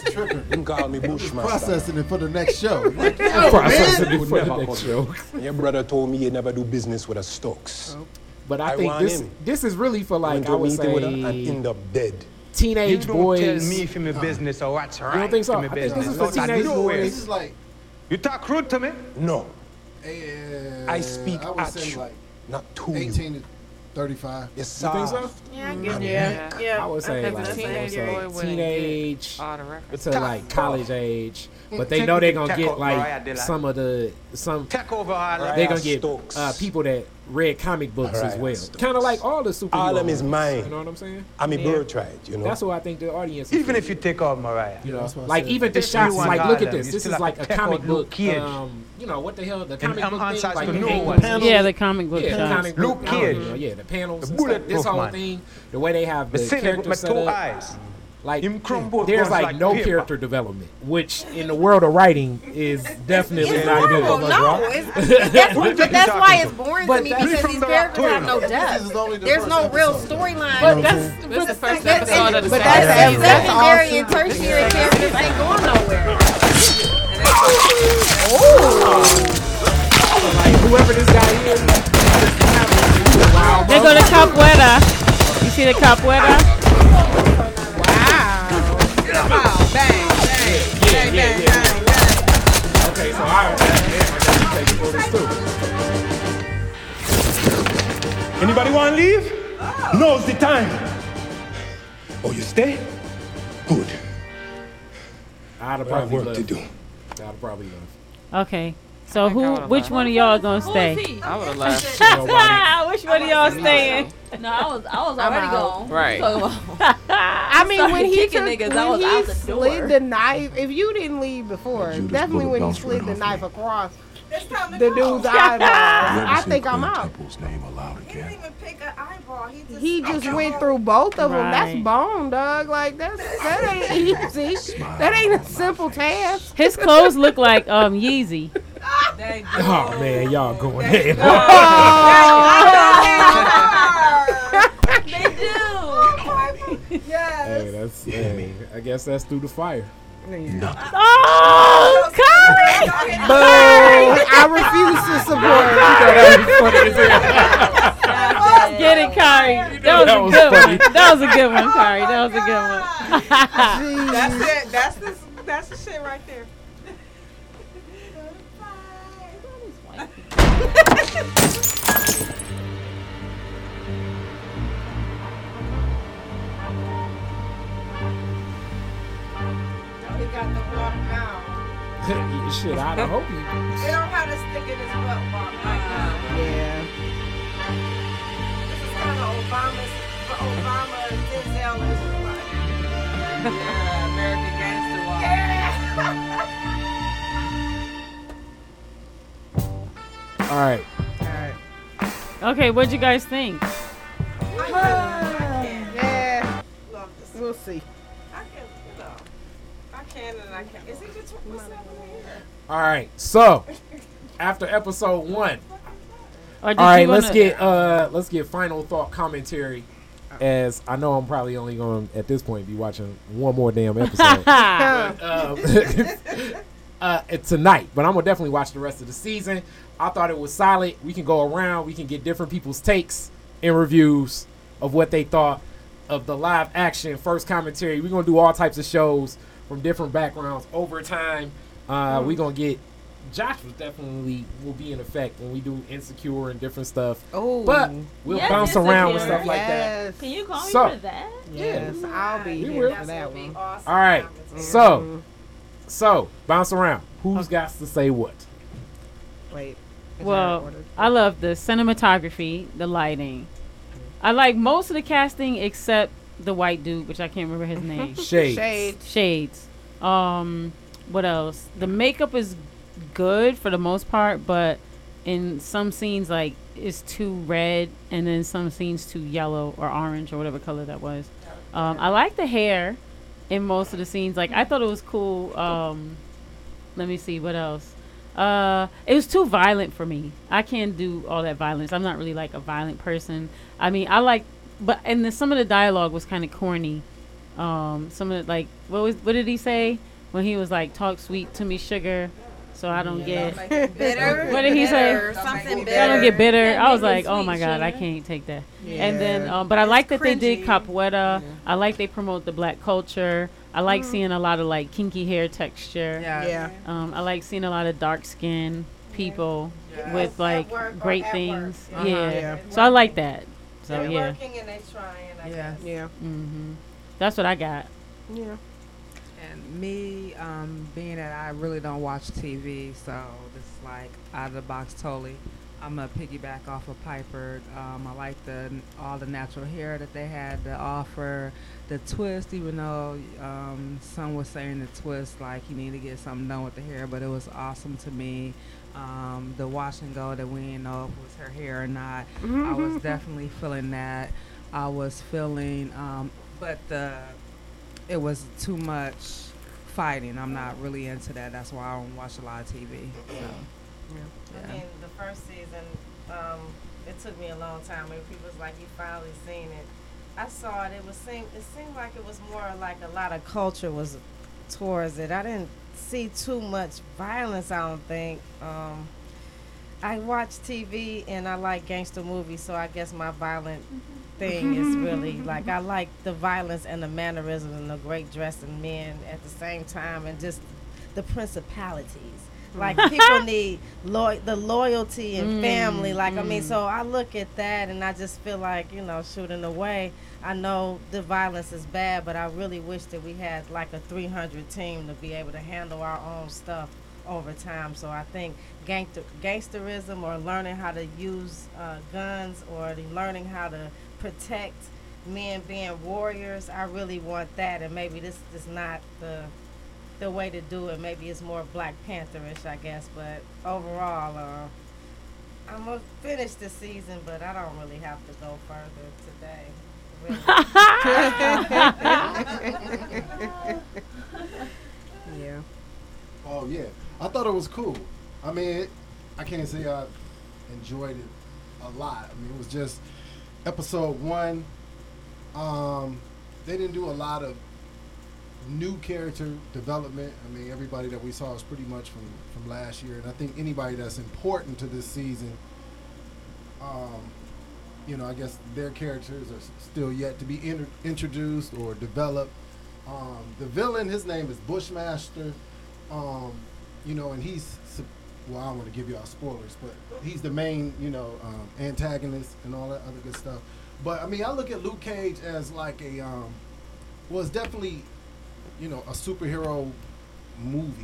Speaker 22: You call me Bushmaster.
Speaker 7: Processing it for the next show. Like,
Speaker 22: Processing
Speaker 7: man.
Speaker 22: it for the next show. Your brother told me you never do business with a Stokes.
Speaker 2: Oh. But I think
Speaker 22: want
Speaker 2: this
Speaker 22: him.
Speaker 2: this is really for like
Speaker 22: Went
Speaker 2: I
Speaker 22: to a
Speaker 2: would
Speaker 22: meeting with him and
Speaker 2: say
Speaker 22: end up dead.
Speaker 2: teenage boys.
Speaker 14: from your business or what's
Speaker 2: don't right think so? from your I think business. this is for teenage boys.
Speaker 7: This is like,
Speaker 14: You talk rude to me?
Speaker 22: No.
Speaker 7: I
Speaker 22: speak
Speaker 7: I would
Speaker 22: at
Speaker 7: say
Speaker 22: you,
Speaker 7: like
Speaker 22: not to
Speaker 7: 18 to 35.
Speaker 22: Yes,
Speaker 7: you think so?
Speaker 22: soft.
Speaker 3: Yeah, I
Speaker 7: get
Speaker 3: Yeah. Yeah.
Speaker 2: I would say
Speaker 3: Okay,
Speaker 2: like
Speaker 3: that's
Speaker 2: teenage,
Speaker 3: teenage boy
Speaker 2: say,
Speaker 3: wouldn't
Speaker 2: teenage
Speaker 3: get all the
Speaker 2: to
Speaker 3: records.
Speaker 2: like college age,
Speaker 22: Mm,
Speaker 2: but they
Speaker 14: Take
Speaker 2: know
Speaker 14: me
Speaker 2: they're
Speaker 14: to
Speaker 2: gonna
Speaker 14: Tech
Speaker 2: get
Speaker 14: over, right,
Speaker 2: like
Speaker 14: Adela.
Speaker 2: some of the some.
Speaker 14: Take over our
Speaker 2: They're gonna get uh, people that read comic books as
Speaker 22: Right,
Speaker 2: well. Kind of like all the superheroes.
Speaker 22: All them is mine.
Speaker 2: You know what I'm saying?
Speaker 22: I'm a
Speaker 2: Yeah.
Speaker 22: bird tribe, you know.
Speaker 2: That's what I think the audience. Is
Speaker 14: Even if you take off Mariah.
Speaker 2: You
Speaker 22: that's what I
Speaker 2: like
Speaker 22: said.
Speaker 2: even the
Speaker 14: If
Speaker 2: shots.
Speaker 14: you
Speaker 2: Like
Speaker 14: want
Speaker 2: look at
Speaker 14: Gotham,
Speaker 2: this.
Speaker 14: you
Speaker 2: This
Speaker 14: still
Speaker 2: is
Speaker 14: have
Speaker 2: like
Speaker 14: to
Speaker 2: a
Speaker 14: tackle
Speaker 2: comic
Speaker 14: Luke
Speaker 2: book.
Speaker 14: Cage.
Speaker 2: Um, you know what the hell? The
Speaker 14: And
Speaker 2: comic book
Speaker 14: enhance
Speaker 2: thing.
Speaker 14: us
Speaker 2: Like
Speaker 14: to
Speaker 2: the
Speaker 14: know
Speaker 2: panels.
Speaker 14: what-
Speaker 5: Yeah, the comic book
Speaker 2: Yeah, the
Speaker 5: shots.
Speaker 2: comic book.
Speaker 14: Luke
Speaker 2: I don't
Speaker 14: Cage.
Speaker 2: know, Yeah, the panels.
Speaker 14: The
Speaker 2: and stuff.
Speaker 14: bulletproof
Speaker 2: This whole
Speaker 14: man.
Speaker 2: thing, the way they have
Speaker 14: Me
Speaker 2: the
Speaker 14: seen it with
Speaker 2: character
Speaker 14: my
Speaker 2: set
Speaker 14: two
Speaker 2: up.
Speaker 14: eyes.
Speaker 2: Like
Speaker 14: crumbled
Speaker 2: there's
Speaker 14: ones
Speaker 2: like,
Speaker 14: like
Speaker 2: no
Speaker 14: paper.
Speaker 2: character development, which in the world of writing is definitely not good.
Speaker 3: horrible. No, it's, it's, that's, but
Speaker 2: What the fuck
Speaker 3: that's
Speaker 2: you
Speaker 3: why
Speaker 2: talking
Speaker 3: it's boring
Speaker 2: But
Speaker 3: to me
Speaker 2: that's-
Speaker 3: because
Speaker 2: from
Speaker 3: these
Speaker 2: the
Speaker 3: characters have no
Speaker 2: October.
Speaker 3: depth.
Speaker 7: This is only the
Speaker 3: There's
Speaker 7: first
Speaker 3: no real
Speaker 7: episode.
Speaker 3: storyline.
Speaker 7: But that's-
Speaker 3: this is the first episode
Speaker 6: of the
Speaker 3: But
Speaker 6: second
Speaker 3: that's
Speaker 6: season.
Speaker 3: that's secondary
Speaker 6: Yeah.
Speaker 3: and tertiary characters ain't going nowhere.
Speaker 2: Whoever this guy is,
Speaker 5: They go to Capoeira. You see the Capoeira?
Speaker 2: yeah, yeah, yeah. Okay, so I take it for this too.
Speaker 22: Anybody want to leave? No, it's the time. Oh, you stay? Good.
Speaker 2: I'd have
Speaker 22: I have
Speaker 2: probably
Speaker 22: work
Speaker 2: left.
Speaker 22: to do.
Speaker 2: I'd have probably left.
Speaker 5: Okay. So who? Which one of y'all gonna
Speaker 6: Who is
Speaker 5: stay?
Speaker 6: he?
Speaker 9: I would have
Speaker 6: Which one of y'all staying? No, I was I was
Speaker 4: I'm
Speaker 6: already
Speaker 4: out.
Speaker 6: gone.
Speaker 9: Right.
Speaker 3: um,
Speaker 4: I mean,
Speaker 6: Started
Speaker 4: when he
Speaker 6: kicking
Speaker 4: took,
Speaker 6: niggas,
Speaker 4: when
Speaker 6: I was
Speaker 4: he
Speaker 6: out the
Speaker 4: slid
Speaker 6: door.
Speaker 4: the knife, if you didn't leave before,
Speaker 23: Judas
Speaker 4: definitely
Speaker 23: bullet
Speaker 4: when he
Speaker 23: bounced
Speaker 4: slid
Speaker 23: right
Speaker 4: the
Speaker 23: off
Speaker 4: knife across the dude's eyeballs,
Speaker 23: You ever
Speaker 4: I
Speaker 23: seen
Speaker 4: think I'm
Speaker 23: Clint
Speaker 4: out.
Speaker 23: Temple's name aloud again?
Speaker 4: He just went through both of them. That's
Speaker 23: Right.
Speaker 4: bone, dog. Like that's that ain't easy. that ain't a simple task.
Speaker 5: His clothes look like um Yeezy.
Speaker 2: Oh man, y'all going there. Hey, that's hey, I guess that's through the fire.
Speaker 5: Oh, Curry!
Speaker 2: Boo! I
Speaker 4: refuse to support.
Speaker 5: Get it, Kari.
Speaker 2: That
Speaker 5: That,
Speaker 2: was
Speaker 5: was a good
Speaker 2: funny.
Speaker 5: one. That was a good one, Kari. That was a good one.
Speaker 10: That's it. That's this. That's the shit right there. They got the water now.
Speaker 2: Shit, I hope you.
Speaker 10: They don't have to stick in his butt walk right now.
Speaker 4: Yeah.
Speaker 10: This is kind of Obama's, Obama, Denzel, and like. American Gangster walk.
Speaker 2: All right.
Speaker 5: Okay, what'd you guys think?
Speaker 4: Yeah. We'll see.
Speaker 10: I can, you know, I can and I can. Is it just what's happening here?
Speaker 2: All right. So, after episode one.
Speaker 5: All
Speaker 10: did
Speaker 2: right.
Speaker 10: you
Speaker 2: Let's
Speaker 10: wanna-
Speaker 2: get uh let's get final thought commentary. As I know, I'm probably only going to at this point be watching one more damn episode But, um, uh, tonight, but I'm gonna definitely watch the rest of the season. I thought it was solid. We can go around. We can get different people's takes and reviews of what they thought of the live action first commentary. We're gonna do all types of shows from different backgrounds over time. Uh, We're gonna get Josh was definitely will be in effect when we do insecure and different stuff.
Speaker 4: Oh,
Speaker 2: but we'll
Speaker 6: Yes,
Speaker 2: bounce around with
Speaker 6: Insecure.
Speaker 2: stuff like that.
Speaker 6: Can you call
Speaker 2: So-
Speaker 6: me for that?
Speaker 4: Yes, I'll be
Speaker 6: You
Speaker 4: here
Speaker 6: will.
Speaker 4: for that one.
Speaker 2: All right, so so bounce around. Who's got to say what?
Speaker 4: Wait.
Speaker 5: Well, I love the cinematography, the lighting. I like most of the casting except the white dude, which I can't remember his name.
Speaker 2: Shades.
Speaker 4: Shades.
Speaker 5: Shades. Um, what else? The makeup is good for the most part, but in some scenes, like it's too red, and then some scenes too yellow or orange or whatever color that was. Um, I like the hair in most of the scenes. Like I thought it was cool. Um, let me see what else. Uh, it was too violent for me. I can't do all that violence. I'm not really like a violent person. I mean, I like, but and the, some of the dialogue was kind of corny. Um, some of the, like what was what did he say when he was like talk sweet to me sugar, so I don't get
Speaker 12: bitter,
Speaker 5: What did he
Speaker 12: bitter,
Speaker 5: say?
Speaker 12: something
Speaker 5: I don't get
Speaker 12: bitter.
Speaker 5: bitter. I was
Speaker 12: Make me
Speaker 5: like, oh
Speaker 12: sweet
Speaker 5: my god, I
Speaker 12: sugar.
Speaker 5: can't take that.
Speaker 12: Yeah.
Speaker 5: And then, um, but I like that they did capoeira. I like they promote the black culture. I like
Speaker 12: Mm-hmm.
Speaker 5: seeing a lot of like kinky hair texture.
Speaker 12: Yeah. Yeah.
Speaker 5: Um, I like seeing a lot of dark skin people with like great things.
Speaker 12: Uh-huh.
Speaker 5: Yeah.
Speaker 12: Yeah.
Speaker 5: So I like that. So
Speaker 10: They're
Speaker 5: yeah.
Speaker 10: working and they trying. I
Speaker 12: Yeah.
Speaker 10: guess.
Speaker 4: Yeah.
Speaker 5: hmm That's what I got.
Speaker 4: Yeah.
Speaker 12: And me, um, being that I really don't watch TV, so this is like out of the box totally. I'm gonna piggyback off of Piper. Um, I like the all the natural hair that they had to offer, the twist. Even though um, some were saying the twist, like you need to get something done with the hair, but it was awesome to me. Um, the wash and go that we didn't know if it was her hair or not. I was definitely feeling that. I was feeling, um, but the it was too much fighting. I'm not really into that. That's why I don't watch a lot of TV. So.
Speaker 10: I mean, the first season, um, it took me a long time. When people was like, "You finally seen it," I saw it. It was seem it seemed like it was more like a lot of culture was towards it. I didn't see too much violence. I don't think. Um, I watch TV and I like gangster movies, so I guess my violent thing is really like I like the violence and the mannerisms and the great dressing men at the same time and just the principalities. Like people need lo- the loyalty and family.
Speaker 12: Mm,
Speaker 10: Like I mean,
Speaker 12: mm.
Speaker 10: so I look at that and I just feel like you know shooting away. I know the violence is bad, but I really wish that we had like a 300 team to be able to handle our own stuff over time. So I think gangster, gangsterism or learning how to use uh, guns or the learning how to protect men being warriors. I really want that, and maybe this is not the the way to do it. Maybe it's more Black Pantherish, I guess. But overall, uh, I'm gonna finish the season, but I don't really have to go further today. really.
Speaker 6: Ah!
Speaker 7: yeah. Oh yeah, I thought it was cool. I mean, it, I can't say I enjoyed it a lot. I mean, it was just episode one. Um, they didn't do a lot of new character development. I mean, everybody that we saw is pretty much from from last year, and I think anybody that's important to this season. Um, you know, I guess their characters are s- still yet to be in- introduced or developed. Um, the villain, his name is Bushmaster. Um, you know, and he's su- well, I don't want to give y'all spoilers, but he's the main, you know, um, antagonist and all that other good stuff. But I mean, I look at Luke Cage as like a um, well, it's definitely, you know, a superhero movie.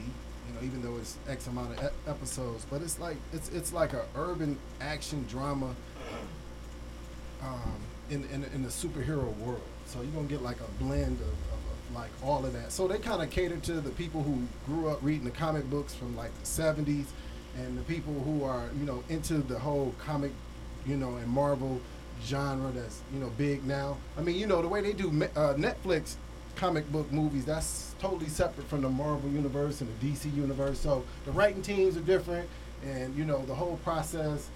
Speaker 7: You know, even though it's X amount of e- episodes, but it's like it's it's like a urban action drama um, in, in, in the superhero world. So you're going to get like a blend of, of, of like all of that. So they kind of cater to the people who grew up reading the comic books from like the 70s and the people who are, you know, into the whole comic, you know, and Marvel genre that's, you know, big now. I mean, you know, the way they do me- uh, Netflix comic book movies, that's totally separate from the Marvel universe and the DC universe. So the writing teams are different and, you know, the whole process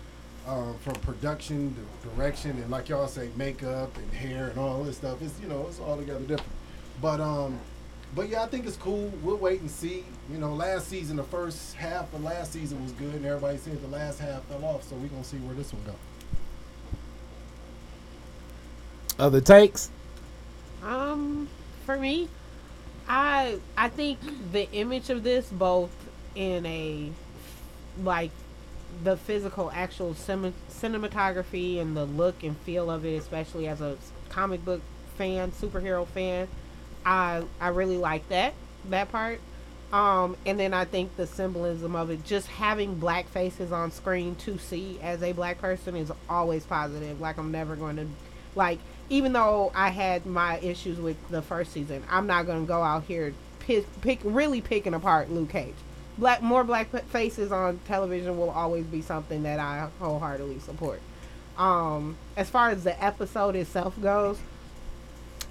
Speaker 7: uh, from production to direction and like y'all say makeup and hair and all this stuff it's you know it's all together different but um but yeah i think it's cool we'll wait and see you know last season the first half of last season was good and everybody said the last half fell off so we're gonna see where this one goes
Speaker 2: Other takes.
Speaker 4: Um, for me, I I think the image of this both in a like the physical actual cinem- cinematography and the look and feel of it, especially as a s- comic book fan, superhero fan, I I really like that that part. Um, and then I think the symbolism of it, just having black faces on screen to see as a black person is always positive. Like I'm never going to, like even though I had my issues with the first season, I'm not going to go out here pick, pick really picking apart Luke Cage. Black more black p- faces on television will always be something that I wholeheartedly support. Um, as far as the episode itself goes,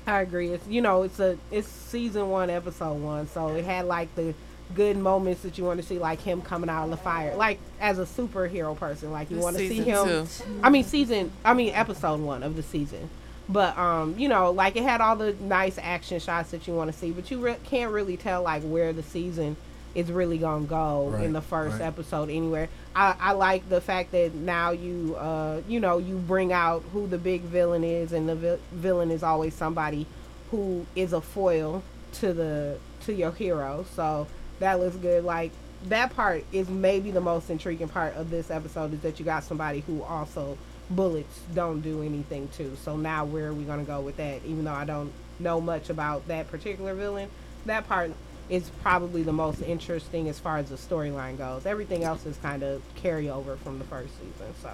Speaker 4: I agree. It's you know, it's a it's season one, episode one, so it had like the good moments that you want to see, like him coming out of the fire, like as a superhero person, like you
Speaker 9: This
Speaker 4: want to see
Speaker 9: season
Speaker 4: him.
Speaker 9: two.
Speaker 4: I mean, season. I mean, episode one of the season. But um, you know, like it had all the nice action shots that you want to see, but you re- can't really tell like where the season is really gonna go
Speaker 11: Right,
Speaker 4: in the first
Speaker 11: right.
Speaker 4: episode anywhere. I, I like the fact that now you uh you know you bring out who the big villain is, and the vil- villain is always somebody who is a foil to the to your hero. So that looks good. Like that part is maybe the most intriguing part of this episode is that you got somebody who also bullets don't do anything to. So now where are we gonna go with that? Even though I don't know much about that particular villain, that part is probably the most interesting as far as the storyline goes. Everything else is kind of carryover from the first season. So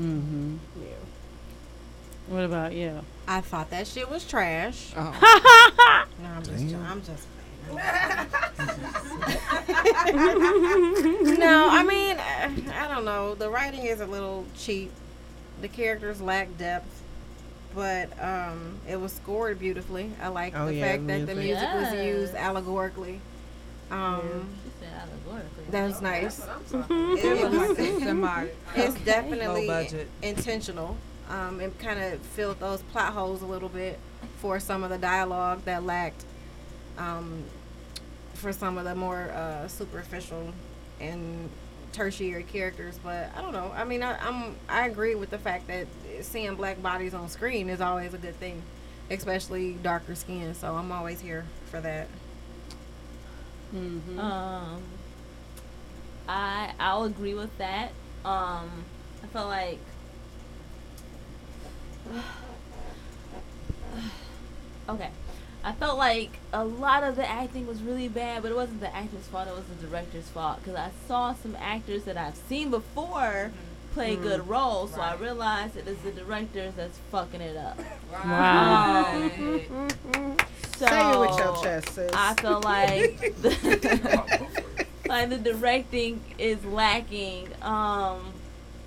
Speaker 5: Mm-hmm.
Speaker 4: yeah.
Speaker 5: What about you?
Speaker 3: I thought that shit was trash. no, I'm just,
Speaker 5: Damn.
Speaker 3: I'm just no, I mean, uh, I don't know. The writing is a little cheap. The characters lack depth, but um, it was scored beautifully. I like
Speaker 11: Oh,
Speaker 3: the
Speaker 11: yeah,
Speaker 3: fact
Speaker 11: the
Speaker 3: that the music
Speaker 11: music.
Speaker 3: was used
Speaker 6: Yes.
Speaker 3: allegorically. Um, That's nice. It- it was-
Speaker 12: Semi-
Speaker 3: it's
Speaker 12: okay.
Speaker 3: definitely
Speaker 12: Low budget.
Speaker 3: intentional. Um, it kind of filled those plot holes a little bit for some of the dialogue that lacked. Um, for some of the more uh, superficial and tertiary characters, but I don't know. I mean, I, I'm I agree with the fact that seeing black bodies on screen is always a good thing, especially darker skin. So I'm always here for that.
Speaker 6: Um, I I'll agree with that. Um, I feel like okay. I felt like a lot of the acting was really bad, but it wasn't the actor's fault. It was the director's fault because I saw some actors that I've seen before play
Speaker 3: Mm.
Speaker 6: good roles. So I realized it is the directors that's fucking it up. Um,
Speaker 4: Wow.
Speaker 6: So
Speaker 4: Say it with your chest, sis.
Speaker 6: I feel like the, like the directing is lacking. Um,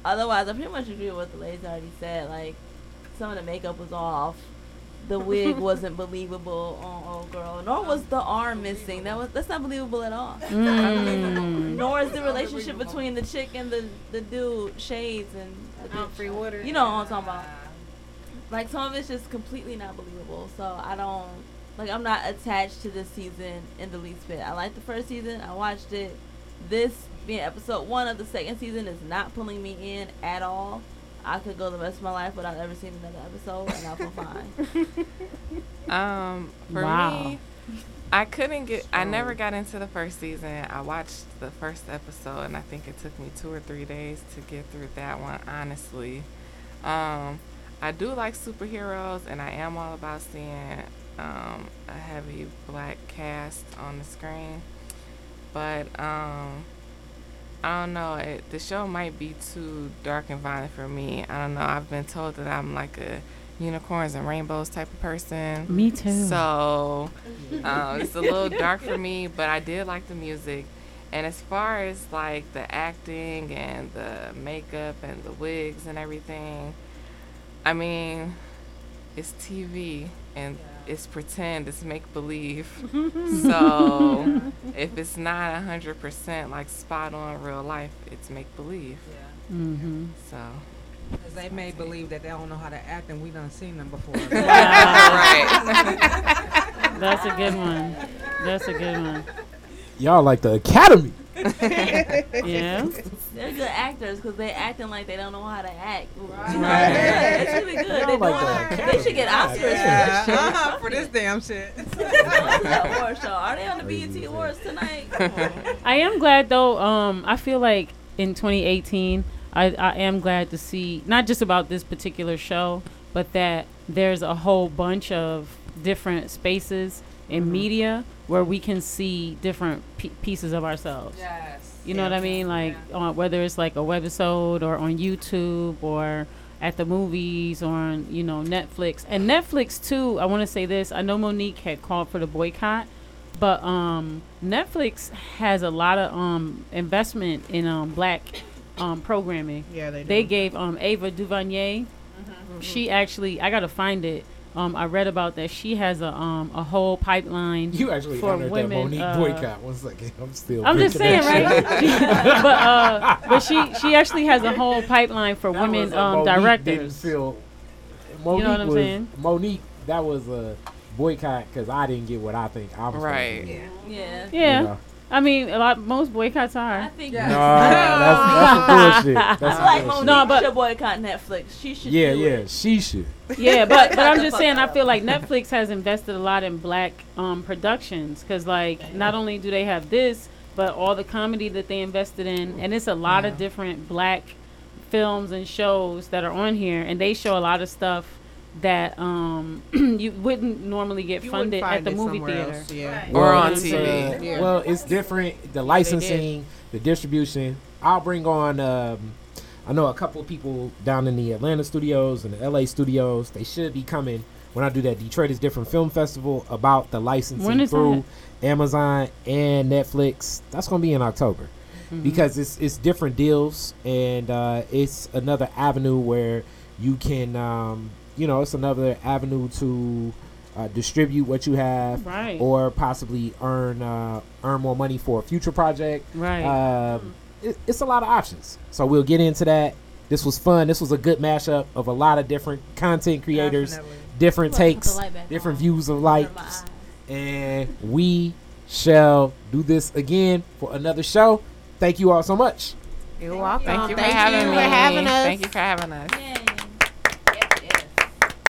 Speaker 6: otherwise, I pretty much agree with what the ladies already said. Like some of the makeup was off. The wig wasn't believable on old girl, nor was the arm missing. That was that's not believable at all.
Speaker 5: Mm.
Speaker 6: Nor is the relationship between the chick and the, the dude shades and the dude,
Speaker 3: Humphrey Woodard.
Speaker 6: You know what I'm talking about. Like some of it's just completely not believable. So I don't like I'm not attached to this season in the least bit. I liked the first season. I watched it. This being episode one of the second season is not pulling me in at all. I could go the rest of my life without ever seeing another episode, and I'll feel fine.
Speaker 9: Um, for
Speaker 6: Wow.
Speaker 9: me, I couldn't get. I never got into the first season. I watched the first episode, and I think it took me two or three days to get through that one. Honestly, um, I do like superheroes, and I am all about seeing um, a heavy black cast on the screen. But um, I don't know. It, the show might be too dark and violent for me. I don't know. I've been told that I'm like a unicorns and rainbows type of person.
Speaker 5: Me too.
Speaker 9: So um, it's a little dark for me, but I did like the music. And as far as like the acting and the makeup and the wigs and everything, I mean, it's TV and it's pretend, it's make believe. so if it's not a hundred percent like spot on real life, it's make believe.
Speaker 5: Mm-hmm.
Speaker 9: So
Speaker 12: Because they may believe that they don't know how to act, and we done seen them before.
Speaker 5: Right. That's a good one. That's a good one.
Speaker 2: Y'all like the Academy.
Speaker 5: Yeah.
Speaker 6: They're good actors because they acting like they don't know how to act. Right.
Speaker 12: Right.
Speaker 6: It's really good. They,
Speaker 12: Y'all like
Speaker 6: doing-
Speaker 12: that.
Speaker 6: they should get Oscars
Speaker 12: Yeah,
Speaker 6: for this shit.
Speaker 12: uh-huh, for
Speaker 6: Fuck
Speaker 12: this
Speaker 6: it.
Speaker 12: damn shit.
Speaker 6: What's that award show? Are they on the BET Awards tonight? Come on.
Speaker 5: I am glad though. Um, I feel like in 2018, I, I am glad to see not just about this particular show, but that there's a whole bunch of different spaces in media where we can see different p- pieces of ourselves.
Speaker 12: Yes.
Speaker 5: You know what I mean? Like on, whether it's like a webisode or on YouTube or at the movies or on you know Netflix and Netflix too. I want to say this. I know Monique had called for the boycott, but um, Netflix has a lot of um, investment in um, black um, programming.
Speaker 4: Yeah, they
Speaker 5: They
Speaker 4: do. Mm-hmm.
Speaker 5: gave um, Ava DuVernay. She actually, I gotta find it. Um, I read about that. She has a um, a whole pipeline.
Speaker 2: You actually
Speaker 5: for
Speaker 2: honored
Speaker 5: women,
Speaker 2: that Monique
Speaker 5: uh,
Speaker 2: boycott. One second, I'm still.
Speaker 5: I'm just saying,
Speaker 2: drinking
Speaker 5: right?
Speaker 2: that shit.
Speaker 5: She- but uh, but she she actually has a whole pipeline for
Speaker 2: That was
Speaker 5: women
Speaker 2: a
Speaker 5: um,
Speaker 2: Monique
Speaker 5: directors.
Speaker 2: Didn't feel,
Speaker 5: know
Speaker 2: Monique
Speaker 5: what I'm
Speaker 2: was,
Speaker 5: saying?
Speaker 2: Monique, that was a boycott because I didn't get what I think I was supposed to
Speaker 9: Right.
Speaker 2: get.
Speaker 6: Yeah.
Speaker 5: Yeah.
Speaker 2: You know.
Speaker 5: I mean, a lot. Most boycotts are. I
Speaker 6: think
Speaker 2: Nah, that's- that's bullshit. That's
Speaker 6: I feel like
Speaker 2: bullshit.
Speaker 6: Monique
Speaker 2: No,
Speaker 6: should boycott Netflix. She should.
Speaker 2: Yeah,
Speaker 6: do
Speaker 2: yeah,
Speaker 6: It.
Speaker 2: she should.
Speaker 5: yeah, but but I'm just saying, I feel like Netflix has invested a lot in black um, productions because like not only do they have this, but all the comedy that they invested in, and it's a lot of different black films and shows that are on here, and they show a lot of stuff that um, you wouldn't normally get
Speaker 4: You wouldn't
Speaker 5: funded at
Speaker 4: find
Speaker 5: the
Speaker 4: it
Speaker 5: movie
Speaker 4: somewhere
Speaker 5: theater.
Speaker 4: else, yeah.
Speaker 2: Well,
Speaker 9: Or on
Speaker 2: it's,
Speaker 9: TV.
Speaker 2: uh,
Speaker 9: Yeah.
Speaker 2: Well, it's different. The licensing, the distribution. I'll bring on. Um, I know a couple of people down in the Atlanta studios and the LA studios. They should be coming when I do that Detroit is different film festival about the licensing
Speaker 5: When is
Speaker 2: through Amazon and Netflix. That's going to be in October
Speaker 5: Mhm.
Speaker 2: because it's it's different deals and uh, it's another avenue where you can um, you know it's another avenue to uh, distribute what you have
Speaker 5: Right.
Speaker 2: or possibly earn uh, earn more money for a future project.
Speaker 5: Right.
Speaker 2: Um, it, it's a lot of options. So we'll get into that. This was fun. This was a good mashup of a lot of different content creators, different
Speaker 6: I'm gonna put the
Speaker 2: takes,
Speaker 6: light back
Speaker 2: different
Speaker 6: on.
Speaker 2: views of life, and we shall do this again for another show. Thank you all so much.
Speaker 4: You're welcome.
Speaker 9: thank you for
Speaker 4: Thank
Speaker 9: having
Speaker 4: you
Speaker 9: me.
Speaker 4: for having us.
Speaker 9: Thank you for having us.